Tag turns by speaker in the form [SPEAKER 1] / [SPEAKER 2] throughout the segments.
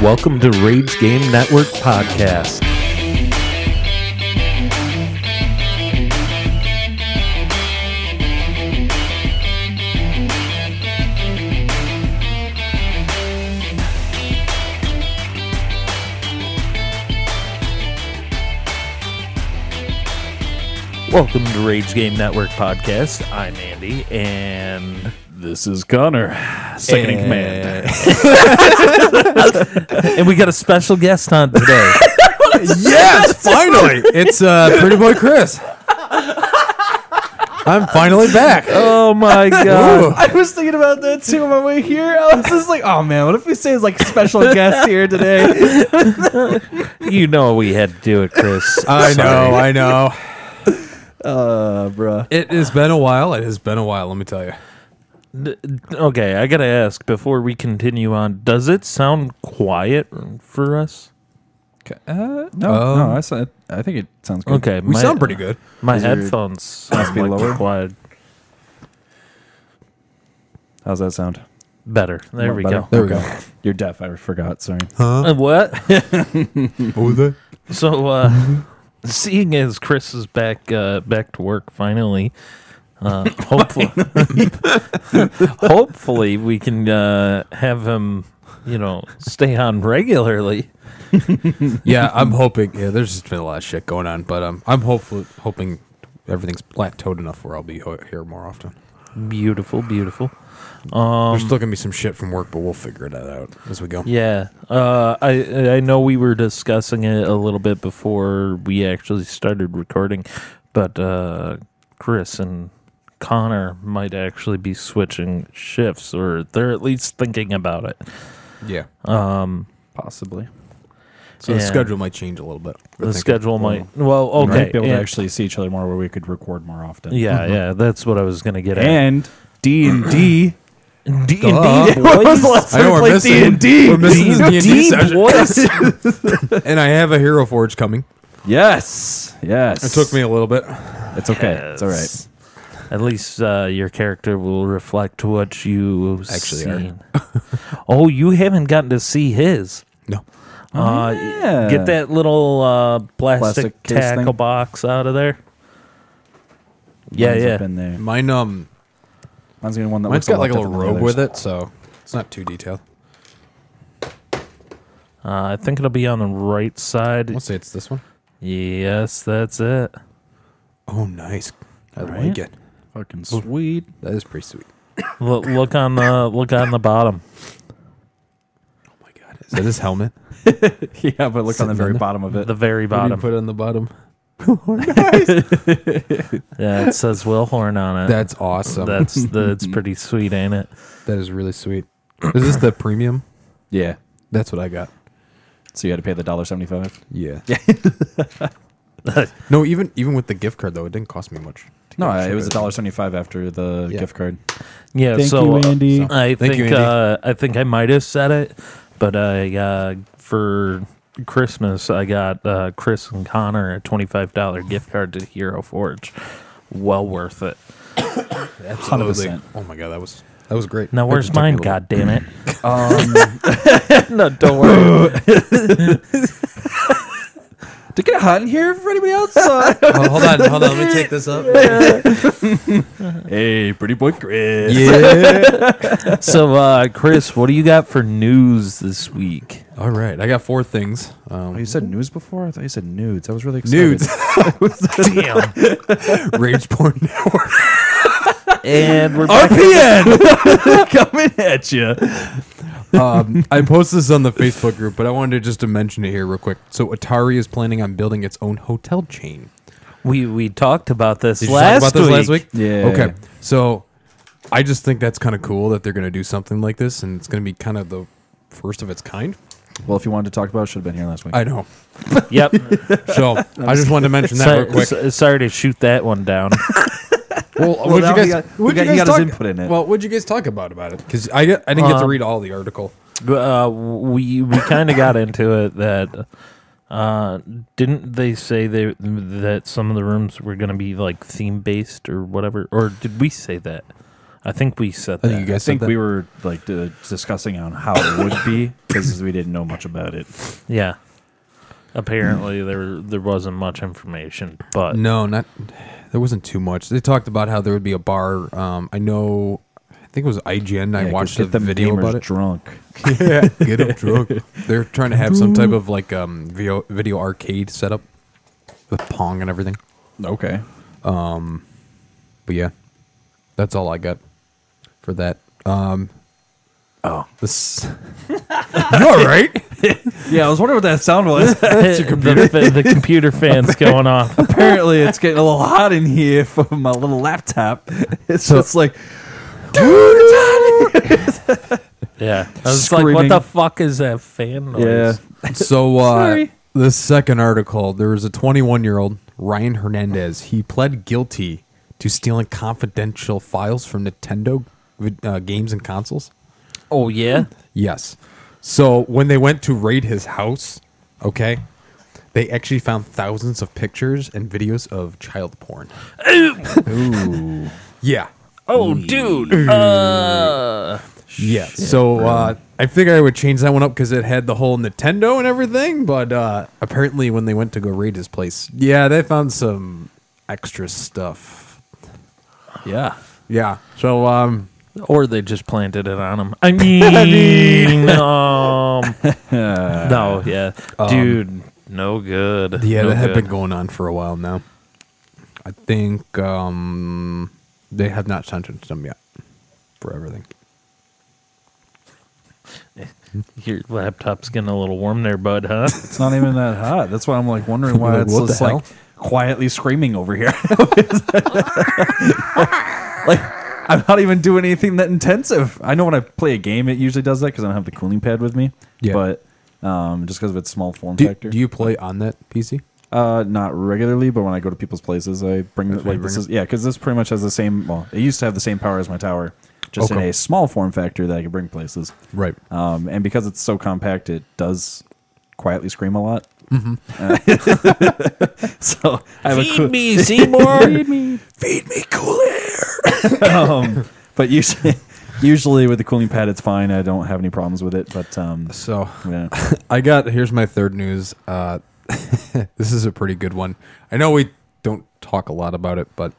[SPEAKER 1] Welcome to Raids Game Network Podcast. Welcome to Rage Game Network Podcast. I'm Andy, and this is Connor, second in command. And we got a special guest on today.
[SPEAKER 2] yes, finally. It's uh, Pretty Boy Chris. I'm finally back.
[SPEAKER 1] oh my
[SPEAKER 2] Ooh.
[SPEAKER 1] god.
[SPEAKER 3] I was thinking about that too on my way here. I was just like, oh man, what if we say it's like special guest here today?
[SPEAKER 1] You know we had to do it, Chris.
[SPEAKER 2] I
[SPEAKER 1] Sorry.
[SPEAKER 2] know, I know.
[SPEAKER 3] Uh, bruh.
[SPEAKER 2] It has been a while. It has been a while, let me tell you.
[SPEAKER 1] Okay, I gotta ask before we continue on, does it sound quiet for us?
[SPEAKER 4] Uh, no,
[SPEAKER 2] Um,
[SPEAKER 4] no, I, saw, I think it sounds good.
[SPEAKER 1] Okay,
[SPEAKER 2] We sound pretty good.
[SPEAKER 1] My
[SPEAKER 3] your-
[SPEAKER 1] headphones sound
[SPEAKER 4] be
[SPEAKER 1] like they're
[SPEAKER 4] lower?
[SPEAKER 1] quiet.
[SPEAKER 4] How's that sound?
[SPEAKER 1] Better. There we
[SPEAKER 4] Better?
[SPEAKER 1] go.
[SPEAKER 2] There we
[SPEAKER 4] Okay. You're deaf. I forgot. Sorry.
[SPEAKER 1] Uh, what?
[SPEAKER 2] What
[SPEAKER 1] Oh,
[SPEAKER 2] was that?
[SPEAKER 1] So,
[SPEAKER 2] Mm-hmm.
[SPEAKER 1] uh, seeing as Chris is back uh, back to work finally, uh, hopefully, hopefully we can uh, have him, you know, stay on regularly.
[SPEAKER 2] Yeah, I'm hoping. Yeah, there's just been a lot of shit going on, but um, I'm hopeful, hoping everything's plateaued enough where I'll be ho- here more often.
[SPEAKER 1] Beautiful, beautiful. Um,
[SPEAKER 2] there's still gonna be some shit from work, but we'll figure that out as we go.
[SPEAKER 1] Yeah, uh, I I know we were discussing it a little bit before we actually started recording, but uh, Chris and Connor might actually be switching shifts, or they're at least thinking about it.
[SPEAKER 2] Yeah.
[SPEAKER 4] Possibly.
[SPEAKER 2] So the
[SPEAKER 1] yeah.
[SPEAKER 2] schedule might Mm-hmm. change a little bit.
[SPEAKER 1] the schedule might well
[SPEAKER 4] We
[SPEAKER 1] okay
[SPEAKER 4] might be able
[SPEAKER 1] yeah,
[SPEAKER 4] to actually see each other more where we could record more often.
[SPEAKER 1] yeah yeah, that's what i was gonna get at
[SPEAKER 4] And D and D.
[SPEAKER 1] d
[SPEAKER 2] Duh.
[SPEAKER 3] last
[SPEAKER 2] I know we're missing.
[SPEAKER 4] D&D.
[SPEAKER 2] We're missing this D&D, session.
[SPEAKER 1] boys.
[SPEAKER 2] and I have a Hero Forge coming.
[SPEAKER 4] Yes. Yes.
[SPEAKER 2] It took me a little bit.
[SPEAKER 4] It's okay. It's all right.
[SPEAKER 1] at least uh, your character will reflect what you
[SPEAKER 2] Actually are.
[SPEAKER 1] seen. oh you haven't gotten to see his
[SPEAKER 2] No.
[SPEAKER 1] uh,
[SPEAKER 4] Oh, yeah.
[SPEAKER 1] get that little uh, plastic,
[SPEAKER 4] Plastic case
[SPEAKER 1] tackle
[SPEAKER 4] thing?
[SPEAKER 1] box out of there yeah
[SPEAKER 4] Mine's
[SPEAKER 1] yeah
[SPEAKER 4] Up in there.
[SPEAKER 2] Mine um
[SPEAKER 4] Mine's the only one that
[SPEAKER 2] Mine's
[SPEAKER 4] looks
[SPEAKER 2] got like a little
[SPEAKER 4] different than the
[SPEAKER 2] robe with
[SPEAKER 4] others.
[SPEAKER 2] it, so it's not too detailed.
[SPEAKER 1] uh, i think it'll be on the right side
[SPEAKER 2] Let's say it's this one.
[SPEAKER 1] yes that's it
[SPEAKER 2] Oh, nice. I
[SPEAKER 4] Right?
[SPEAKER 2] like it. Oh
[SPEAKER 4] Fucking sweet.
[SPEAKER 2] That is pretty sweet.
[SPEAKER 1] look, look on the look on the bottom
[SPEAKER 2] Oh my god. Is that his helmet?
[SPEAKER 4] yeah, but look on the
[SPEAKER 2] Sitting
[SPEAKER 4] very
[SPEAKER 2] in the-
[SPEAKER 4] bottom of it.
[SPEAKER 1] the very
[SPEAKER 2] Bottom.
[SPEAKER 1] bottom
[SPEAKER 2] put on the bottom.
[SPEAKER 1] Yeah, it says Will Horn on it.
[SPEAKER 2] That's awesome.
[SPEAKER 1] that's that's pretty sweet, ain't it?
[SPEAKER 2] that is really sweet. Is this the premium?
[SPEAKER 4] yeah.
[SPEAKER 2] That's what I got.
[SPEAKER 4] So you had to pay the dollar seventy-five.
[SPEAKER 2] Yeah. no, even even with the gift card though, it didn't cost me much. to
[SPEAKER 4] No,
[SPEAKER 2] get
[SPEAKER 4] it
[SPEAKER 2] shit
[SPEAKER 4] was a
[SPEAKER 2] out
[SPEAKER 4] dollar seventy-five after the
[SPEAKER 2] Yeah.
[SPEAKER 4] gift card.
[SPEAKER 1] Yeah.
[SPEAKER 4] Thank
[SPEAKER 1] so
[SPEAKER 4] you,
[SPEAKER 1] uh,
[SPEAKER 4] Andy.
[SPEAKER 1] I
[SPEAKER 2] Thank
[SPEAKER 1] think
[SPEAKER 2] you, Andy.
[SPEAKER 1] uh, I think I might have said it, but I uh, for Christmas I got uh, Chris and Connor a twenty five dollar gift card to Hero Forge. Well worth it.
[SPEAKER 2] of it. Absolutely.
[SPEAKER 4] 100%.
[SPEAKER 2] Oh my god, that was that was great.
[SPEAKER 1] Now
[SPEAKER 2] That
[SPEAKER 1] where's
[SPEAKER 2] just took me a
[SPEAKER 1] mine?
[SPEAKER 2] little-
[SPEAKER 1] God damn it!
[SPEAKER 4] Um,
[SPEAKER 1] no, don't worry.
[SPEAKER 4] Did it get hot in here for anybody else?
[SPEAKER 3] Uh,
[SPEAKER 2] Oh, hold on, hold on. Let me take this up.
[SPEAKER 4] hey, pretty boy Chris.
[SPEAKER 2] Yeah.
[SPEAKER 1] so, uh, Chris, what do you got for news this week?
[SPEAKER 2] All right, I got four things.
[SPEAKER 4] Oh,
[SPEAKER 2] Um,
[SPEAKER 4] you said news before? I thought you said nudes. I was really excited.
[SPEAKER 2] nudes,
[SPEAKER 1] Damn.
[SPEAKER 2] rage porn network.
[SPEAKER 1] and we're back.
[SPEAKER 2] RPN.
[SPEAKER 4] coming at you.
[SPEAKER 2] um, I posted this on the Facebook group, but I wanted to just to mention it here real quick. So Atari is planning on building its own hotel chain.
[SPEAKER 1] We we talked about this,
[SPEAKER 2] Did you
[SPEAKER 1] last,
[SPEAKER 2] talk about this
[SPEAKER 1] week.
[SPEAKER 2] last week?
[SPEAKER 4] Yeah.
[SPEAKER 2] Okay. So I just think that's kind of cool that they're going to do something like this, and it's going to be kind of the first of its kind.
[SPEAKER 4] Well, if you wanted to talk about, it, should have been here last week.
[SPEAKER 2] I know.
[SPEAKER 1] Yep.
[SPEAKER 2] So I just wanted to mention that
[SPEAKER 1] Sorry,
[SPEAKER 2] real quick.
[SPEAKER 1] so- sorry to shoot that one down.
[SPEAKER 2] Well,
[SPEAKER 4] what'd now you guys- he got- he what'd got- you he guys got his talk- input in it.
[SPEAKER 2] Well, what'd you guys talk about about it? Because I, I didn't get to
[SPEAKER 1] Um,
[SPEAKER 2] read all the article.
[SPEAKER 1] uh, we we kind of got into it that uh, didn't they say they that some of the rooms were going to be like theme based or whatever? Or did we say that? I think we said that.
[SPEAKER 2] I think you
[SPEAKER 4] I
[SPEAKER 2] guys said
[SPEAKER 4] think
[SPEAKER 2] that.
[SPEAKER 4] we were like d- discussing on how it would be because we didn't know much about it.
[SPEAKER 1] Yeah. Apparently there there wasn't much information, but
[SPEAKER 2] No, not there wasn't too much. They talked about how there would be a bar. Um, I know, I think it was IGN. I
[SPEAKER 4] Yeah, 'cause
[SPEAKER 2] watched
[SPEAKER 4] get
[SPEAKER 2] the
[SPEAKER 4] them
[SPEAKER 2] video
[SPEAKER 4] gamers
[SPEAKER 2] about it.
[SPEAKER 4] drunk.
[SPEAKER 2] yeah, get them drunk. They're trying to have some type of like um video video arcade setup with pong and everything.
[SPEAKER 4] Okay.
[SPEAKER 2] But yeah, that's all I got for that. Um, oh, this. you all right?
[SPEAKER 3] Yeah, I was wondering what that sound was.
[SPEAKER 1] the, the, the computer fans going off.
[SPEAKER 3] Apparently, it's getting a little hot in here for my little laptop. It's just like
[SPEAKER 1] Yeah. I was just like, what
[SPEAKER 3] Screaming.
[SPEAKER 1] the fuck is that fan noise?
[SPEAKER 2] So uh,
[SPEAKER 3] Sorry.
[SPEAKER 2] the second article, there was a 21 year old Ryan Hernandez. He pled guilty to stealing confidential files from Nintendo uh, games and consoles.
[SPEAKER 1] Oh yeah?
[SPEAKER 2] Yes. So when they went to raid his house, okay, they actually found thousands of pictures and videos of child porn.
[SPEAKER 4] Ooh.
[SPEAKER 2] Yeah.
[SPEAKER 1] Oh dude. Uh
[SPEAKER 2] Yeah. so uh, I figured I would change that one up because it had the whole Nintendo and everything. But uh, apparently, when they went to go raid his place, yeah, they found some extra stuff.
[SPEAKER 1] yeah.
[SPEAKER 2] Yeah. So um,
[SPEAKER 1] Or they just planted it on him. I mean, um, no, yeah, dude, no good.
[SPEAKER 2] Um, yeah,
[SPEAKER 1] no
[SPEAKER 2] that had
[SPEAKER 1] good.
[SPEAKER 2] been going on for a while now. I think um, they have not sentenced him yet for everything.
[SPEAKER 1] Your laptop's getting a little warm there, bud, huh?
[SPEAKER 4] It's not even that hot. That's why I'm like wondering why
[SPEAKER 2] Like,
[SPEAKER 4] it's
[SPEAKER 2] what the
[SPEAKER 4] just
[SPEAKER 2] hell?
[SPEAKER 4] like quietly screaming over here.
[SPEAKER 3] like
[SPEAKER 4] I'm not even doing anything that intensive. I know when I play a game, it usually does that because I don't have the cooling pad with me.
[SPEAKER 2] Yeah.
[SPEAKER 4] But um, just because of its small form
[SPEAKER 2] Do,
[SPEAKER 4] factor,
[SPEAKER 2] do you play on that PC?
[SPEAKER 4] uh, not regularly, but when I go to people's places, I bring
[SPEAKER 2] That's
[SPEAKER 4] it
[SPEAKER 2] what
[SPEAKER 4] like
[SPEAKER 2] you
[SPEAKER 4] this
[SPEAKER 2] bring
[SPEAKER 4] is yeah because this pretty much has the same. Well, it used to have the same power as my tower, just in
[SPEAKER 2] Okay.
[SPEAKER 4] a small form factor that I could bring places.
[SPEAKER 2] Right.
[SPEAKER 4] Um, and because it's so compact, it does quietly scream a lot. Uh, so I have a coo-
[SPEAKER 1] me, Seymour.
[SPEAKER 4] feed me cool air. um, but usually, usually with the cooling pad, it's fine. I don't have any problems with it. But um,
[SPEAKER 2] So
[SPEAKER 4] yeah.
[SPEAKER 2] I got here's my third news. Uh, this is a pretty good one. I know we don't talk a lot about it, but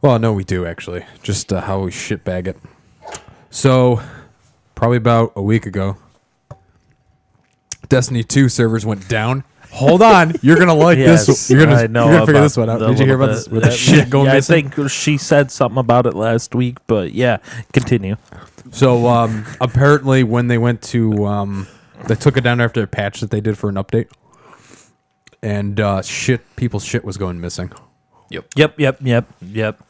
[SPEAKER 2] well, no, we do actually. Just uh, how we shitbag it. So probably about a week ago, Destiny Two servers went down. Hold on, you're gonna like this.
[SPEAKER 1] Yes,
[SPEAKER 2] You're gonna,
[SPEAKER 1] I know
[SPEAKER 2] you're gonna figure
[SPEAKER 1] about
[SPEAKER 2] this one out.
[SPEAKER 1] the
[SPEAKER 2] Did you hear
[SPEAKER 1] little
[SPEAKER 2] about
[SPEAKER 1] bit-
[SPEAKER 2] this? With the
[SPEAKER 1] that-
[SPEAKER 2] shit going
[SPEAKER 1] yeah, I
[SPEAKER 2] missing?
[SPEAKER 1] think she said something about it last week, but yeah, continue.
[SPEAKER 2] So um, apparently, when they went to, um, they took it down after a patch that they did for an update, and uh, shit, people's shit was going missing.
[SPEAKER 1] Yep, yep, yep, yep.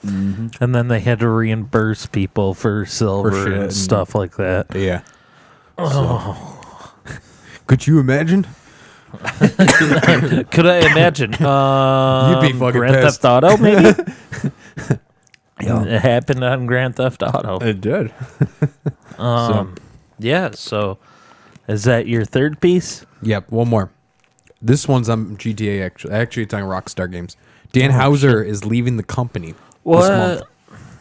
[SPEAKER 1] And then they had to reimburse people for silver
[SPEAKER 2] Mm-hmm. shit
[SPEAKER 1] and
[SPEAKER 2] and-
[SPEAKER 1] stuff like that.
[SPEAKER 2] Yeah. Could you imagine?
[SPEAKER 1] Could I imagine? Um,
[SPEAKER 2] fucking
[SPEAKER 1] Grand
[SPEAKER 2] pissed.
[SPEAKER 1] Theft Auto, maybe. It happened on Grand Theft Auto.
[SPEAKER 2] It did.
[SPEAKER 1] Um, Yeah. So, is that your third piece?
[SPEAKER 2] Yep. One more. This one's on GTA. Actually, actually, it's on Rockstar Games. Dan Hauser is leaving the company this month.
[SPEAKER 1] What?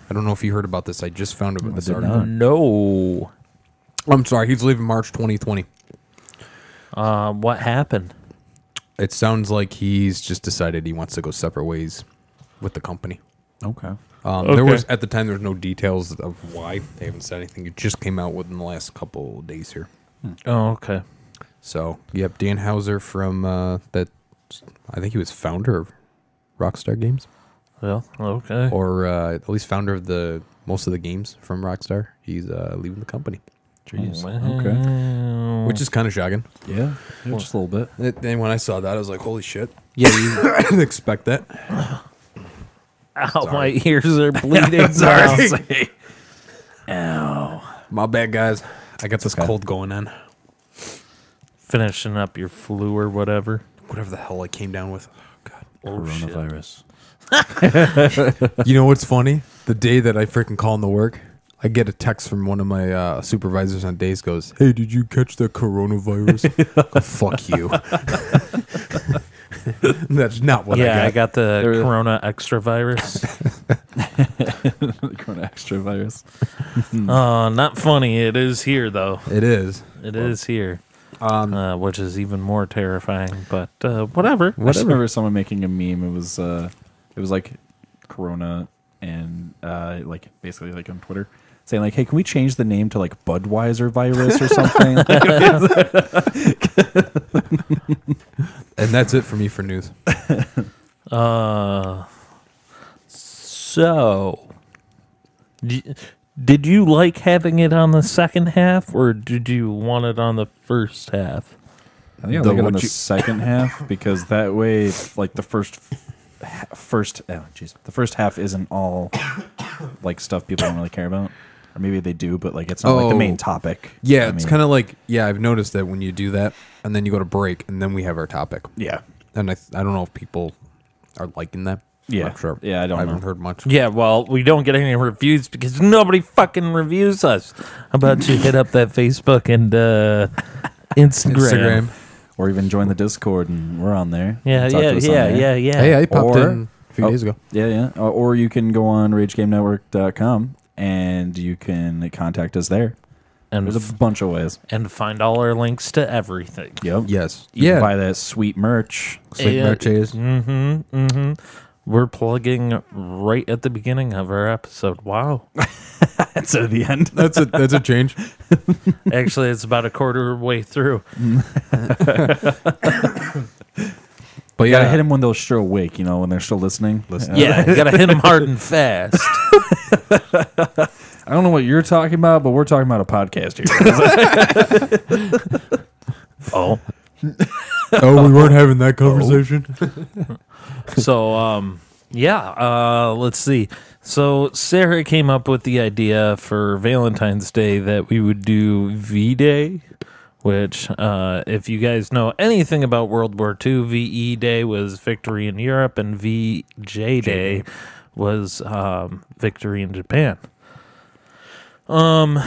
[SPEAKER 2] I don't know if you heard about this. I just found about this
[SPEAKER 4] did
[SPEAKER 2] article.
[SPEAKER 1] No.
[SPEAKER 2] I'm sorry. He's leaving March 2020.
[SPEAKER 1] Um, what happened?
[SPEAKER 2] It sounds like he's just decided he wants to go separate ways with the company.
[SPEAKER 4] Okay.
[SPEAKER 2] Um, There
[SPEAKER 1] Okay.
[SPEAKER 2] was at the time there was no details of why they haven't said anything. It just came out within the last couple of days here.
[SPEAKER 1] Oh, okay.
[SPEAKER 2] So yep, Dan Hauser from uh, that I think he was founder of Rockstar Games
[SPEAKER 1] Well, okay.
[SPEAKER 2] or uh, at least founder of the most of the games from Rockstar. He's uh, leaving the company,
[SPEAKER 4] Jeez. Okay.
[SPEAKER 1] okay.
[SPEAKER 2] which is kind of shocking.
[SPEAKER 4] Mm. Yeah. yeah, Just a little bit.
[SPEAKER 2] It- And when I saw that, I was like, holy shit! Yeah, you I didn't expect that.
[SPEAKER 1] Ow, my ears are bleeding. Oh, sorry.
[SPEAKER 2] My bad, guys. I got this cold going on.
[SPEAKER 1] Finishing up your flu or whatever.
[SPEAKER 2] Whatever the hell I came down with. Oh, God.
[SPEAKER 4] Coronavirus.
[SPEAKER 2] You know what's funny? The day that I freaking call into work, I get a text from one of my uh, supervisors on days goes, Hey, did you catch the coronavirus? Go, Fuck you. That's not what
[SPEAKER 1] yeah, I
[SPEAKER 2] I
[SPEAKER 1] got
[SPEAKER 2] got.
[SPEAKER 1] the
[SPEAKER 4] There-
[SPEAKER 1] corona extra virus.
[SPEAKER 4] the corona extra virus.
[SPEAKER 1] Uh, not funny. It is here though.
[SPEAKER 2] It is.
[SPEAKER 1] It is here,
[SPEAKER 2] Um,
[SPEAKER 1] uh, which is even more terrifying. But uh, whatever.
[SPEAKER 4] I just remember someone making a meme. It was uh, it was like Corona and uh, like basically like on Twitter saying like, "Hey, can we change the name to like Budweiser virus or something?"
[SPEAKER 2] and that's it for me for news.
[SPEAKER 1] Uh, so, d- did you like having it on the second half, or did you want it on the first half?
[SPEAKER 4] I think I
[SPEAKER 2] The
[SPEAKER 4] like it on
[SPEAKER 2] what
[SPEAKER 4] the
[SPEAKER 2] you-
[SPEAKER 4] second half because that way, like the first, ha- first oh jeez, the first half isn't all like stuff people don't really care about, or maybe they do, but like it's not like the
[SPEAKER 2] Oh.
[SPEAKER 4] main topic.
[SPEAKER 2] Yeah, it's kind of like yeah. I've noticed that when you do that, and then you go to break, and then we have our topic.
[SPEAKER 4] yeah,
[SPEAKER 2] And I, th- I don't know if people are liking that.
[SPEAKER 4] Yeah.
[SPEAKER 2] not sure.
[SPEAKER 4] Yeah, I don't
[SPEAKER 2] I haven't
[SPEAKER 4] know.
[SPEAKER 2] heard much.
[SPEAKER 1] Yeah, well, we don't get any reviews because nobody fucking reviews us. How about you hit up that Facebook and uh, Instagram?
[SPEAKER 2] Instagram.
[SPEAKER 4] or even join the Discord and we're on there. You
[SPEAKER 1] Yeah,
[SPEAKER 4] can talk to
[SPEAKER 1] yeah,
[SPEAKER 4] us on
[SPEAKER 1] yeah,
[SPEAKER 4] there.
[SPEAKER 1] yeah, yeah.
[SPEAKER 2] Hey, I popped
[SPEAKER 4] Or-
[SPEAKER 2] in a few
[SPEAKER 4] oh,
[SPEAKER 2] days ago.
[SPEAKER 4] Yeah, yeah. Or, or you can go on RageGameNetwork.com and you can contact us there.
[SPEAKER 1] and
[SPEAKER 4] There's a bunch of ways.
[SPEAKER 1] and find all our links to everything.
[SPEAKER 4] Yep.
[SPEAKER 2] Yes.
[SPEAKER 4] You
[SPEAKER 2] yeah.
[SPEAKER 4] can buy that sweet merch.
[SPEAKER 2] Sweet
[SPEAKER 1] Yeah.
[SPEAKER 2] merches.
[SPEAKER 1] Mm-hmm. Mm-hmm. We're plugging right at the beginning of our episode. Wow.
[SPEAKER 4] That's at the end.
[SPEAKER 2] That's a that's a change.
[SPEAKER 1] Actually, it's about a quarter way through.
[SPEAKER 2] But
[SPEAKER 4] Yeah.
[SPEAKER 2] yeah,
[SPEAKER 4] Gotta hit them when they're still awake, you know, when they're still listening.
[SPEAKER 2] Listening.
[SPEAKER 1] Yeah, you gotta hit them hard and fast.
[SPEAKER 4] I don't know what you're talking about, but we're talking about a podcast here.
[SPEAKER 1] um, Oh,
[SPEAKER 2] Oh, we weren't having that conversation.
[SPEAKER 4] Oh.
[SPEAKER 1] so um, yeah. Uh, let's see. So Sarah came up with the idea for Valentine's Day that we would do V Day, which, uh, if you guys know anything about World War II, VE Day was victory in Europe, and VJ Day was um, victory in Japan. Um,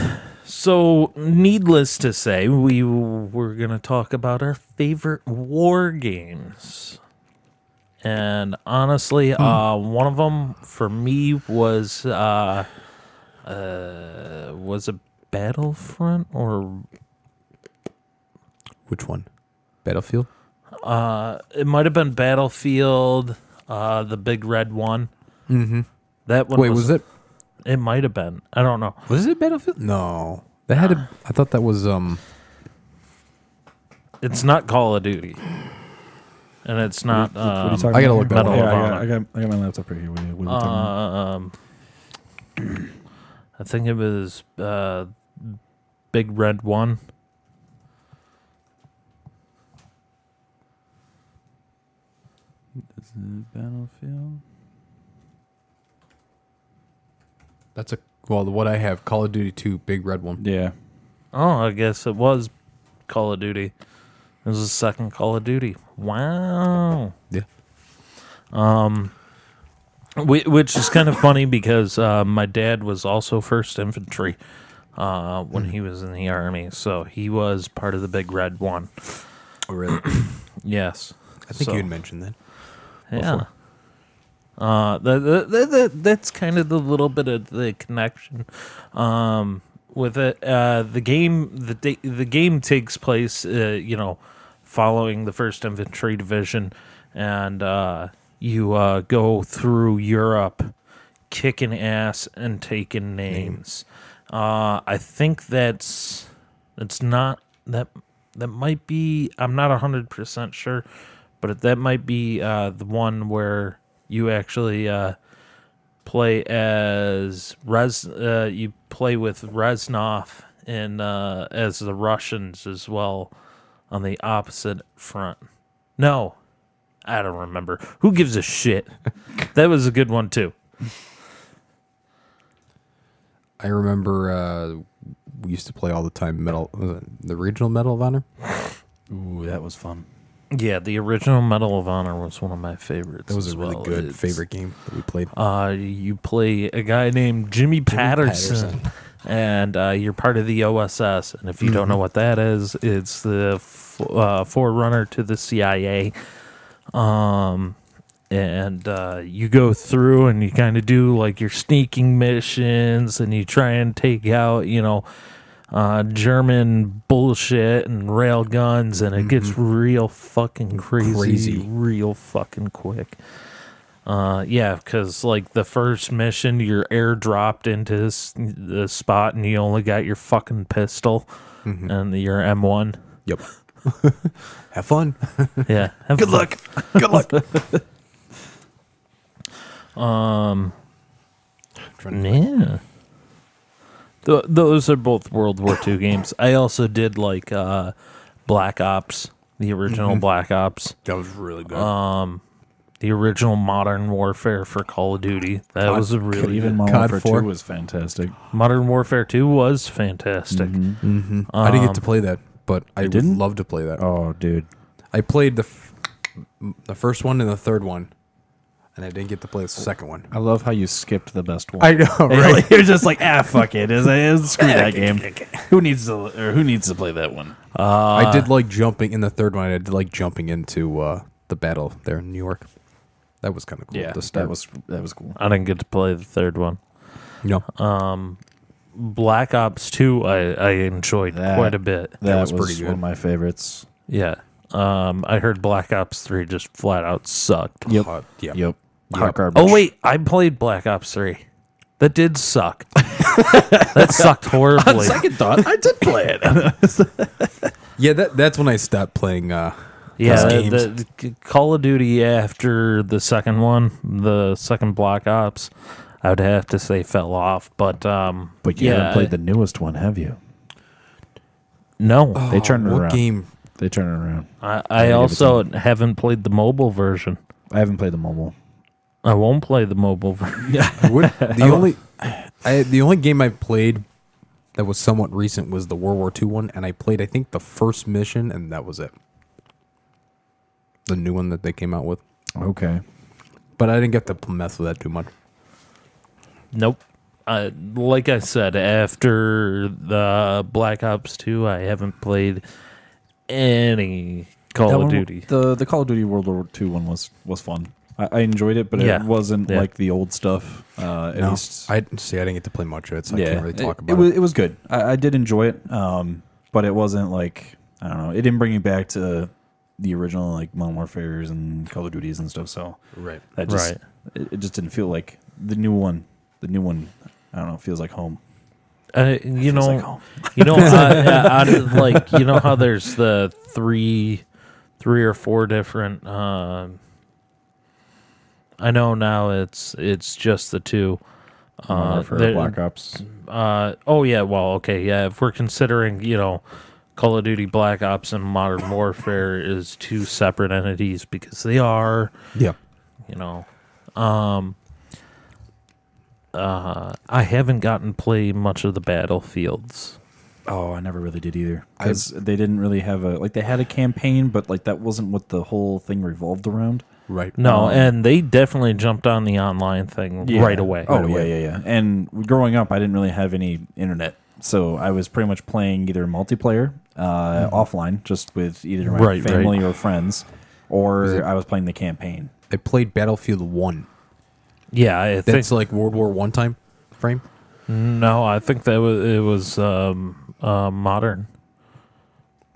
[SPEAKER 1] so needless to say, we were going to talk about our favorite war games. And honestly,
[SPEAKER 2] Hmm.
[SPEAKER 1] uh, one of them for me was uh, uh, was a Battlefront or
[SPEAKER 2] Which one? Battlefield.
[SPEAKER 1] uh, it might have been Battlefield, uh, the big red one.
[SPEAKER 2] Mm-hmm.
[SPEAKER 1] That one
[SPEAKER 2] Wait, was it?
[SPEAKER 1] It might have been. I don't know.
[SPEAKER 2] Was it Battlefield? No, that had. A, I thought that was um.
[SPEAKER 1] It's not Call of Duty, and it's not. um,
[SPEAKER 2] I gotta look that
[SPEAKER 1] one up.
[SPEAKER 4] Yeah, I, got, I, got, I got my laptop right here. What are you- what are you talking about?
[SPEAKER 1] Um, I think it was uh, Big Red One. Uh,
[SPEAKER 4] Battlefield.
[SPEAKER 2] That's a well. What I have, Call of Duty Two, big red one.
[SPEAKER 4] Yeah.
[SPEAKER 1] Oh, I guess it was Call of Duty. It was the second Call of Duty. Wow.
[SPEAKER 2] Yeah.
[SPEAKER 1] Um, whi- which is kind of funny because uh, my dad was also First Infantry uh, when he was in the army, so he was part of the Big Red One.
[SPEAKER 2] Oh, really?
[SPEAKER 1] Yes.
[SPEAKER 2] I think
[SPEAKER 1] So-
[SPEAKER 2] you had mentioned that.
[SPEAKER 1] Yeah. Uh, that, that, that, that, that's kind of the little bit of the connection um, with it. Uh, the game the da- the game takes place, uh, you know, following the First Infantry Division, and uh, you uh, go through Europe, kicking ass and taking names. Uh, I think that's that's not that that might be. I'm not hundred percent sure, but that might be uh, the one where you actually uh, play as Res. Uh, you play with Reznov and uh, as the Russians as well on the opposite front. No, I don't remember. Who gives a shit? that was a good one too.
[SPEAKER 2] I remember uh, we used to play all the time. Medal, was it the regional Medal of Honor.
[SPEAKER 4] Ooh, that was fun.
[SPEAKER 1] Yeah, the original Medal of Honor was one of my favorites.
[SPEAKER 2] That was
[SPEAKER 1] as
[SPEAKER 2] a really
[SPEAKER 1] well.
[SPEAKER 2] good
[SPEAKER 1] It's-
[SPEAKER 2] favorite game that we played.
[SPEAKER 1] Uh, you play a guy named Jimmy Patterson,
[SPEAKER 2] Patterson.
[SPEAKER 1] and uh, you're part of the OSS. And if you don't know what that is, it's the f- uh, forerunner to the CIA. Um, and uh, you go through and you kind of do like your sneaking missions and you try and take out you know uh, German bullshit and rail guns and it gets
[SPEAKER 3] Mm-hmm.
[SPEAKER 1] real fucking crazy,
[SPEAKER 2] Crazy.
[SPEAKER 1] real fucking quick. Uh, yeah, because like the first mission, you're airdropped into this, the spot and you only got your fucking pistol
[SPEAKER 3] Hmm.
[SPEAKER 2] Mm-hmm.
[SPEAKER 1] and your M1.
[SPEAKER 2] Yep. Uh, Have fun.
[SPEAKER 1] Yeah. Have
[SPEAKER 3] Good
[SPEAKER 1] fun.
[SPEAKER 3] luck. Good luck.
[SPEAKER 2] Um, Trying to-
[SPEAKER 1] Yeah. Th- those are both World War II games. I also did like uh, Black Ops, the original
[SPEAKER 4] Mm-hmm.
[SPEAKER 1] Black Ops,
[SPEAKER 2] That was really good.
[SPEAKER 1] the original Modern Warfare for Call of Duty. That was a really
[SPEAKER 4] Even
[SPEAKER 1] even
[SPEAKER 4] Modern
[SPEAKER 2] COD
[SPEAKER 4] Warfare
[SPEAKER 2] 4.
[SPEAKER 4] 2 was fantastic.
[SPEAKER 1] Modern Warfare 2 was fantastic.
[SPEAKER 4] Mm-hmm.
[SPEAKER 2] I didn't get to play that, but I would
[SPEAKER 4] didn't?
[SPEAKER 2] love to play that.
[SPEAKER 4] Oh, dude.
[SPEAKER 2] I played the f- the first one and the third one, and I didn't get to play the second one.
[SPEAKER 4] I love how you skipped the best one.
[SPEAKER 2] I know, right?
[SPEAKER 4] You're just like, ah, fuck it. It's, it's, screw that game. Who needs to or who needs to play that one?
[SPEAKER 2] I did like jumping in the third one. I did like jumping into uh, the battle there in New York. That was kind of cool. to start.
[SPEAKER 4] that was that was cool.
[SPEAKER 1] I didn't get to play the third one.
[SPEAKER 2] no.
[SPEAKER 1] Black Ops 2, I, I enjoyed
[SPEAKER 4] That-
[SPEAKER 1] quite a bit.
[SPEAKER 4] That,
[SPEAKER 2] was
[SPEAKER 4] was,
[SPEAKER 2] pretty
[SPEAKER 4] one
[SPEAKER 2] good.
[SPEAKER 4] of my favorites.
[SPEAKER 1] Yeah. Um, I heard Black Ops 3 just flat out sucked.
[SPEAKER 4] Yep.
[SPEAKER 2] Hot- yeah.
[SPEAKER 4] Yep. Hot garbage.
[SPEAKER 1] Oh wait, I played Black Ops 3. That did suck. that sucked horribly.
[SPEAKER 4] Second thought, I did play it.
[SPEAKER 2] Yeah, that that's when I stopped playing. Uh,
[SPEAKER 1] Yeah,
[SPEAKER 2] those
[SPEAKER 1] the,
[SPEAKER 2] games.
[SPEAKER 1] the- c- Call of Duty after the second one, the second Black Ops, I would have to say fell off. But um,
[SPEAKER 4] but you
[SPEAKER 1] yeah,
[SPEAKER 4] haven't played the newest one, have you?
[SPEAKER 1] no.
[SPEAKER 4] They turned it
[SPEAKER 2] what
[SPEAKER 4] around.
[SPEAKER 2] game?
[SPEAKER 4] They turn it around.
[SPEAKER 1] I, I also haven't played the mobile version.
[SPEAKER 4] I haven't played the mobile.
[SPEAKER 1] I won't play the mobile version.
[SPEAKER 2] I would- the only I the only game I played that was somewhat recent was the World War II one, and I played I think the first mission, and that was it. The new one that they came out with,
[SPEAKER 4] Okay.
[SPEAKER 2] but I didn't get to mess with that too much.
[SPEAKER 1] Nope. Uh, like I said, after the Black Ops 2, I haven't played any Call
[SPEAKER 4] That
[SPEAKER 1] of
[SPEAKER 4] one-
[SPEAKER 1] Duty.
[SPEAKER 4] The the Call of Duty World War II one was was fun. I, I enjoyed it, but
[SPEAKER 1] Yeah.
[SPEAKER 4] it wasn't
[SPEAKER 1] Yeah.
[SPEAKER 4] like the old stuff. Uh, at
[SPEAKER 2] No,
[SPEAKER 4] least
[SPEAKER 2] I see. I didn't get to play much of it, so I can't really talk
[SPEAKER 4] it,
[SPEAKER 2] about it.
[SPEAKER 4] it. Was, it was good. I, I did enjoy it, um, but it wasn't like I don't know. It didn't bring you back to the original like Modern Warfare's and Call of Duties and stuff. So
[SPEAKER 2] right.
[SPEAKER 4] that just
[SPEAKER 1] Right.
[SPEAKER 4] it, it just didn't feel like the new one. The new one, I don't know, feels like home.
[SPEAKER 1] Uh, you
[SPEAKER 4] Feels like
[SPEAKER 1] know,
[SPEAKER 4] home.
[SPEAKER 1] You know, uh, out of, like you know how there's the three, three or four different. Um, I know now it's it's just the two. Uh,
[SPEAKER 4] for
[SPEAKER 1] there-
[SPEAKER 4] Black Ops.
[SPEAKER 1] uh, oh yeah, well okay, yeah. If we're considering you know, Call of Duty Black Ops and Modern Warfare is two separate entities because they are
[SPEAKER 2] Yeah.
[SPEAKER 1] you know um uh i haven't gotten to play much of the battlefields
[SPEAKER 4] Oh, I never really did either because they didn't really have a like they had a campaign, but like that wasn't what the whole thing revolved around.
[SPEAKER 2] Right.
[SPEAKER 1] No,
[SPEAKER 4] Um,
[SPEAKER 1] and they definitely jumped on the online thing right away.
[SPEAKER 4] Oh
[SPEAKER 2] Right away.
[SPEAKER 4] yeah, yeah, yeah. And growing up, I didn't really have any internet, so I was pretty much playing either multiplayer uh, offline, just with either my
[SPEAKER 1] Right, right.
[SPEAKER 4] family or friends, or I was playing the campaign.
[SPEAKER 2] I played Battlefield One.
[SPEAKER 1] yeah. I think
[SPEAKER 2] That's like World War One time frame.
[SPEAKER 1] no, I think that was it was um, uh, modern.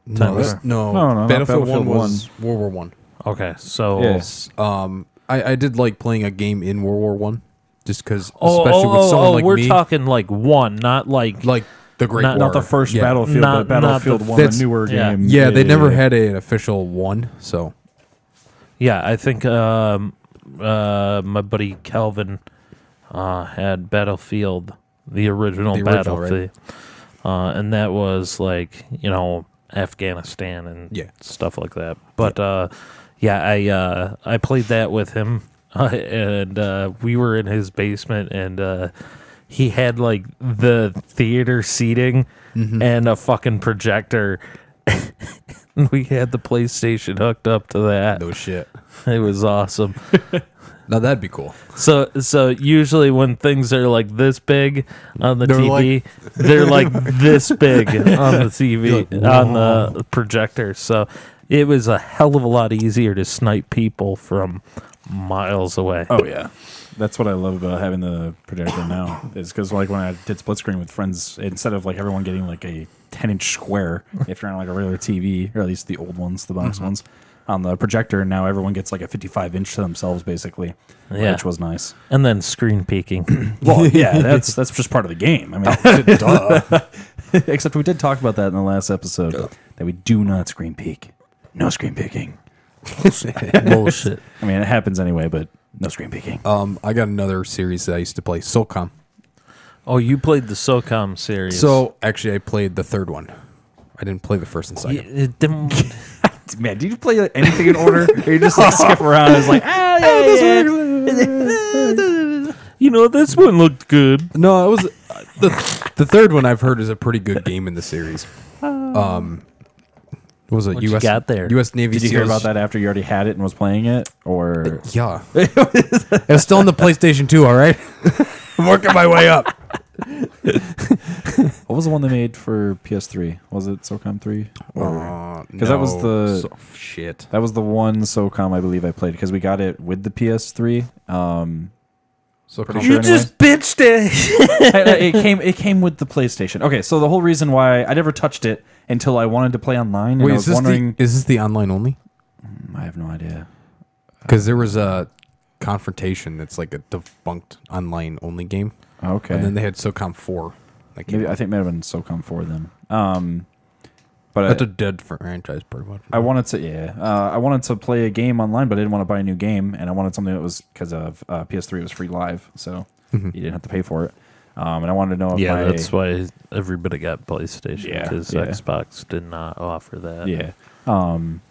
[SPEAKER 2] No, that's- no,
[SPEAKER 4] No, no, not
[SPEAKER 2] Battlefield,
[SPEAKER 4] Battlefield
[SPEAKER 2] One was World War One.
[SPEAKER 1] Okay, so
[SPEAKER 2] Um, I, I did like playing a game in World War One, just because,
[SPEAKER 1] oh,
[SPEAKER 2] especially
[SPEAKER 1] oh,
[SPEAKER 2] with
[SPEAKER 1] oh,
[SPEAKER 2] someone
[SPEAKER 1] oh,
[SPEAKER 2] like
[SPEAKER 1] we're
[SPEAKER 2] me,
[SPEAKER 1] talking like one, not like
[SPEAKER 2] like the Great
[SPEAKER 1] Not-
[SPEAKER 2] War,
[SPEAKER 1] not
[SPEAKER 4] not the first
[SPEAKER 2] yeah.
[SPEAKER 4] Battlefield,
[SPEAKER 1] Not-
[SPEAKER 4] but Battlefield
[SPEAKER 1] not the
[SPEAKER 4] One,
[SPEAKER 2] That's-
[SPEAKER 4] a newer
[SPEAKER 1] yeah.
[SPEAKER 4] game.
[SPEAKER 2] Yeah, they never
[SPEAKER 4] yeah.
[SPEAKER 2] had an official one, so
[SPEAKER 1] yeah. I think um, uh, my buddy Calvin uh, had Battlefield, the original,
[SPEAKER 2] The original, right?
[SPEAKER 1] Battlefield, uh, and that was like you know Afghanistan and
[SPEAKER 2] Yeah.
[SPEAKER 1] stuff like that. But uh, yeah, I uh, I played that with him, and uh, we were in his basement, and uh, he had like the theater seating
[SPEAKER 2] Mm-hmm.
[SPEAKER 1] and a fucking projector. And we had the PlayStation hooked up to that.
[SPEAKER 2] no shit.
[SPEAKER 1] It was awesome.
[SPEAKER 2] Now that'd be cool.
[SPEAKER 1] So so usually when things are like this big on the
[SPEAKER 2] They're
[SPEAKER 1] TV, they're like this big on the TV on the projector. So it was a hell of a lot easier to snipe people from miles away.
[SPEAKER 4] Oh yeah, that's what I love about having the projector now is because like when I did split screen with friends, instead of like everyone getting like a ten inch square, if you're on like a regular TV or at least the old ones, the box ones, on the projector, now everyone gets like a fifty five inch to themselves basically,
[SPEAKER 1] Yeah.
[SPEAKER 4] which was nice.
[SPEAKER 1] And then screen peeking.
[SPEAKER 4] Well, yeah, that's that's just part of the game. I mean, except we did talk about that in the last episode that we do not screen peek, no screen peeking.
[SPEAKER 1] Bullshit.
[SPEAKER 4] I mean, it happens anyway, but no screen peeking.
[SPEAKER 2] Um, I got another series that I used to play, SOCOM.
[SPEAKER 1] Oh, you played the SOCOM series.
[SPEAKER 2] So actually, I played the third one. I didn't play the first and second.
[SPEAKER 1] Y- it didn't-
[SPEAKER 4] Man, do you play like, anything in order? or you just like skip around? It's like ah,
[SPEAKER 2] Oh,
[SPEAKER 4] yeah, yeah.
[SPEAKER 1] you know, this one looked good.
[SPEAKER 2] No, it was uh, the the third one I've heard is a pretty good game in the series. Um, what was it
[SPEAKER 1] What you
[SPEAKER 2] U.S.
[SPEAKER 1] got there?
[SPEAKER 2] U.S. Navy?
[SPEAKER 4] Did you hear
[SPEAKER 2] SEALs-
[SPEAKER 4] about that after you already had it and was playing it, or
[SPEAKER 2] Yeah, it was still on the PlayStation 2. All right, I'm working my way up.
[SPEAKER 4] what was the one they made for PS3? Was it SOCOM three?
[SPEAKER 2] Because
[SPEAKER 4] that was the-
[SPEAKER 2] shit.
[SPEAKER 4] That was the one SOCOM I believe I played because we got it with the PS3. Um,
[SPEAKER 2] So
[SPEAKER 4] Pretty sure anyway.
[SPEAKER 1] bitched it.
[SPEAKER 4] it it came it came with the PlayStation. Okay, so the whole reason why I never touched it until I wanted to play online, and
[SPEAKER 2] Wait,
[SPEAKER 4] I
[SPEAKER 2] is
[SPEAKER 4] was
[SPEAKER 2] this
[SPEAKER 4] wondering.
[SPEAKER 2] the is this the online only?
[SPEAKER 4] I have no idea.
[SPEAKER 2] Because there was a confrontation that's like a defunct online only game,
[SPEAKER 4] Okay,
[SPEAKER 2] and then they had SOCOM 4. That came
[SPEAKER 4] maybe I
[SPEAKER 2] out.
[SPEAKER 4] think it may have been SOCOM four then. Um, but I-
[SPEAKER 2] That's a dead franchise, pretty much.
[SPEAKER 4] I wanted to, yeah, uh, I wanted to play a game online, but I didn't want to buy a new game, and I wanted something that was because of uh, PS3 was free live, so you didn't have to pay for it. Um, and I wanted to know if
[SPEAKER 1] Mm-hmm. Yeah,
[SPEAKER 4] my,
[SPEAKER 1] that's why everybody got PlayStation
[SPEAKER 4] Yeah,
[SPEAKER 1] because
[SPEAKER 4] yeah.
[SPEAKER 1] Xbox did not offer that.
[SPEAKER 4] yeah. Um,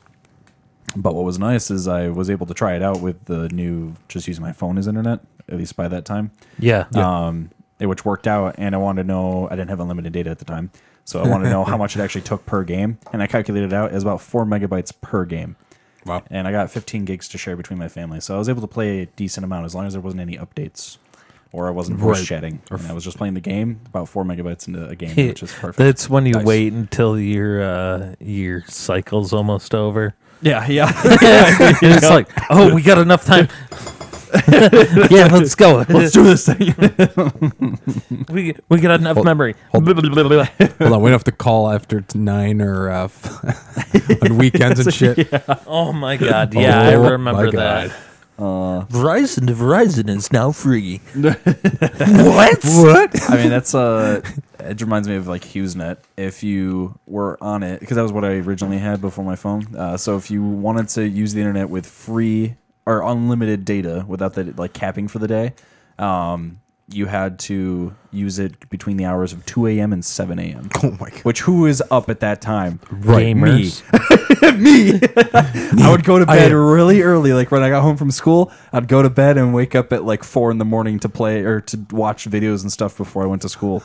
[SPEAKER 4] but what was nice is I was able to try it out with the new, just using my phone as internet, at least by that time.
[SPEAKER 1] Yeah.
[SPEAKER 4] um, it- which worked out. And I wanted to know, I didn't have unlimited data at the time. So I wanted to know how much it actually took per game. And I calculated it out as about four megabytes per game.
[SPEAKER 2] Wow.
[SPEAKER 4] And I got 15 gigs to share between my family. So I was able to play a decent amount as long as there wasn't any updates or I wasn't voice
[SPEAKER 2] Right.
[SPEAKER 4] chatting. And I was just playing the game, about four megabytes into a game, which is perfect.
[SPEAKER 1] That's when you
[SPEAKER 2] Nice.
[SPEAKER 1] wait until your uh, your cycle's almost over.
[SPEAKER 4] yeah, yeah.
[SPEAKER 1] And it's like, oh, we got enough time. yeah, let's go.
[SPEAKER 4] Let's do this thing.
[SPEAKER 1] We we got enough
[SPEAKER 2] Hold-
[SPEAKER 1] memory.
[SPEAKER 2] hold- Hold on, we don't have to call after it's nine or uh, on weekends and shit.
[SPEAKER 1] oh my god! Yeah,
[SPEAKER 2] Oh
[SPEAKER 1] I
[SPEAKER 2] my
[SPEAKER 1] remember that.
[SPEAKER 2] God.
[SPEAKER 1] Verizon to Verizon is now free. what?
[SPEAKER 4] I mean, that's uh, it reminds me of like HughesNet. If you were on it, because that was what I originally had before my phone. Uh, so if you wanted to use the internet with free or unlimited data without that like capping for the day, um, you had to use it between the hours of 2 a.m. and 7 a.m.
[SPEAKER 2] Oh my god!
[SPEAKER 4] Which who is up at that time?
[SPEAKER 2] Right, me.
[SPEAKER 1] Gamers.
[SPEAKER 4] I would go to
[SPEAKER 2] I
[SPEAKER 4] bed
[SPEAKER 2] am-
[SPEAKER 4] really early, like when I got home from school. I'd go to bed and wake up at like four in the morning to play or to watch videos and stuff before I went to school.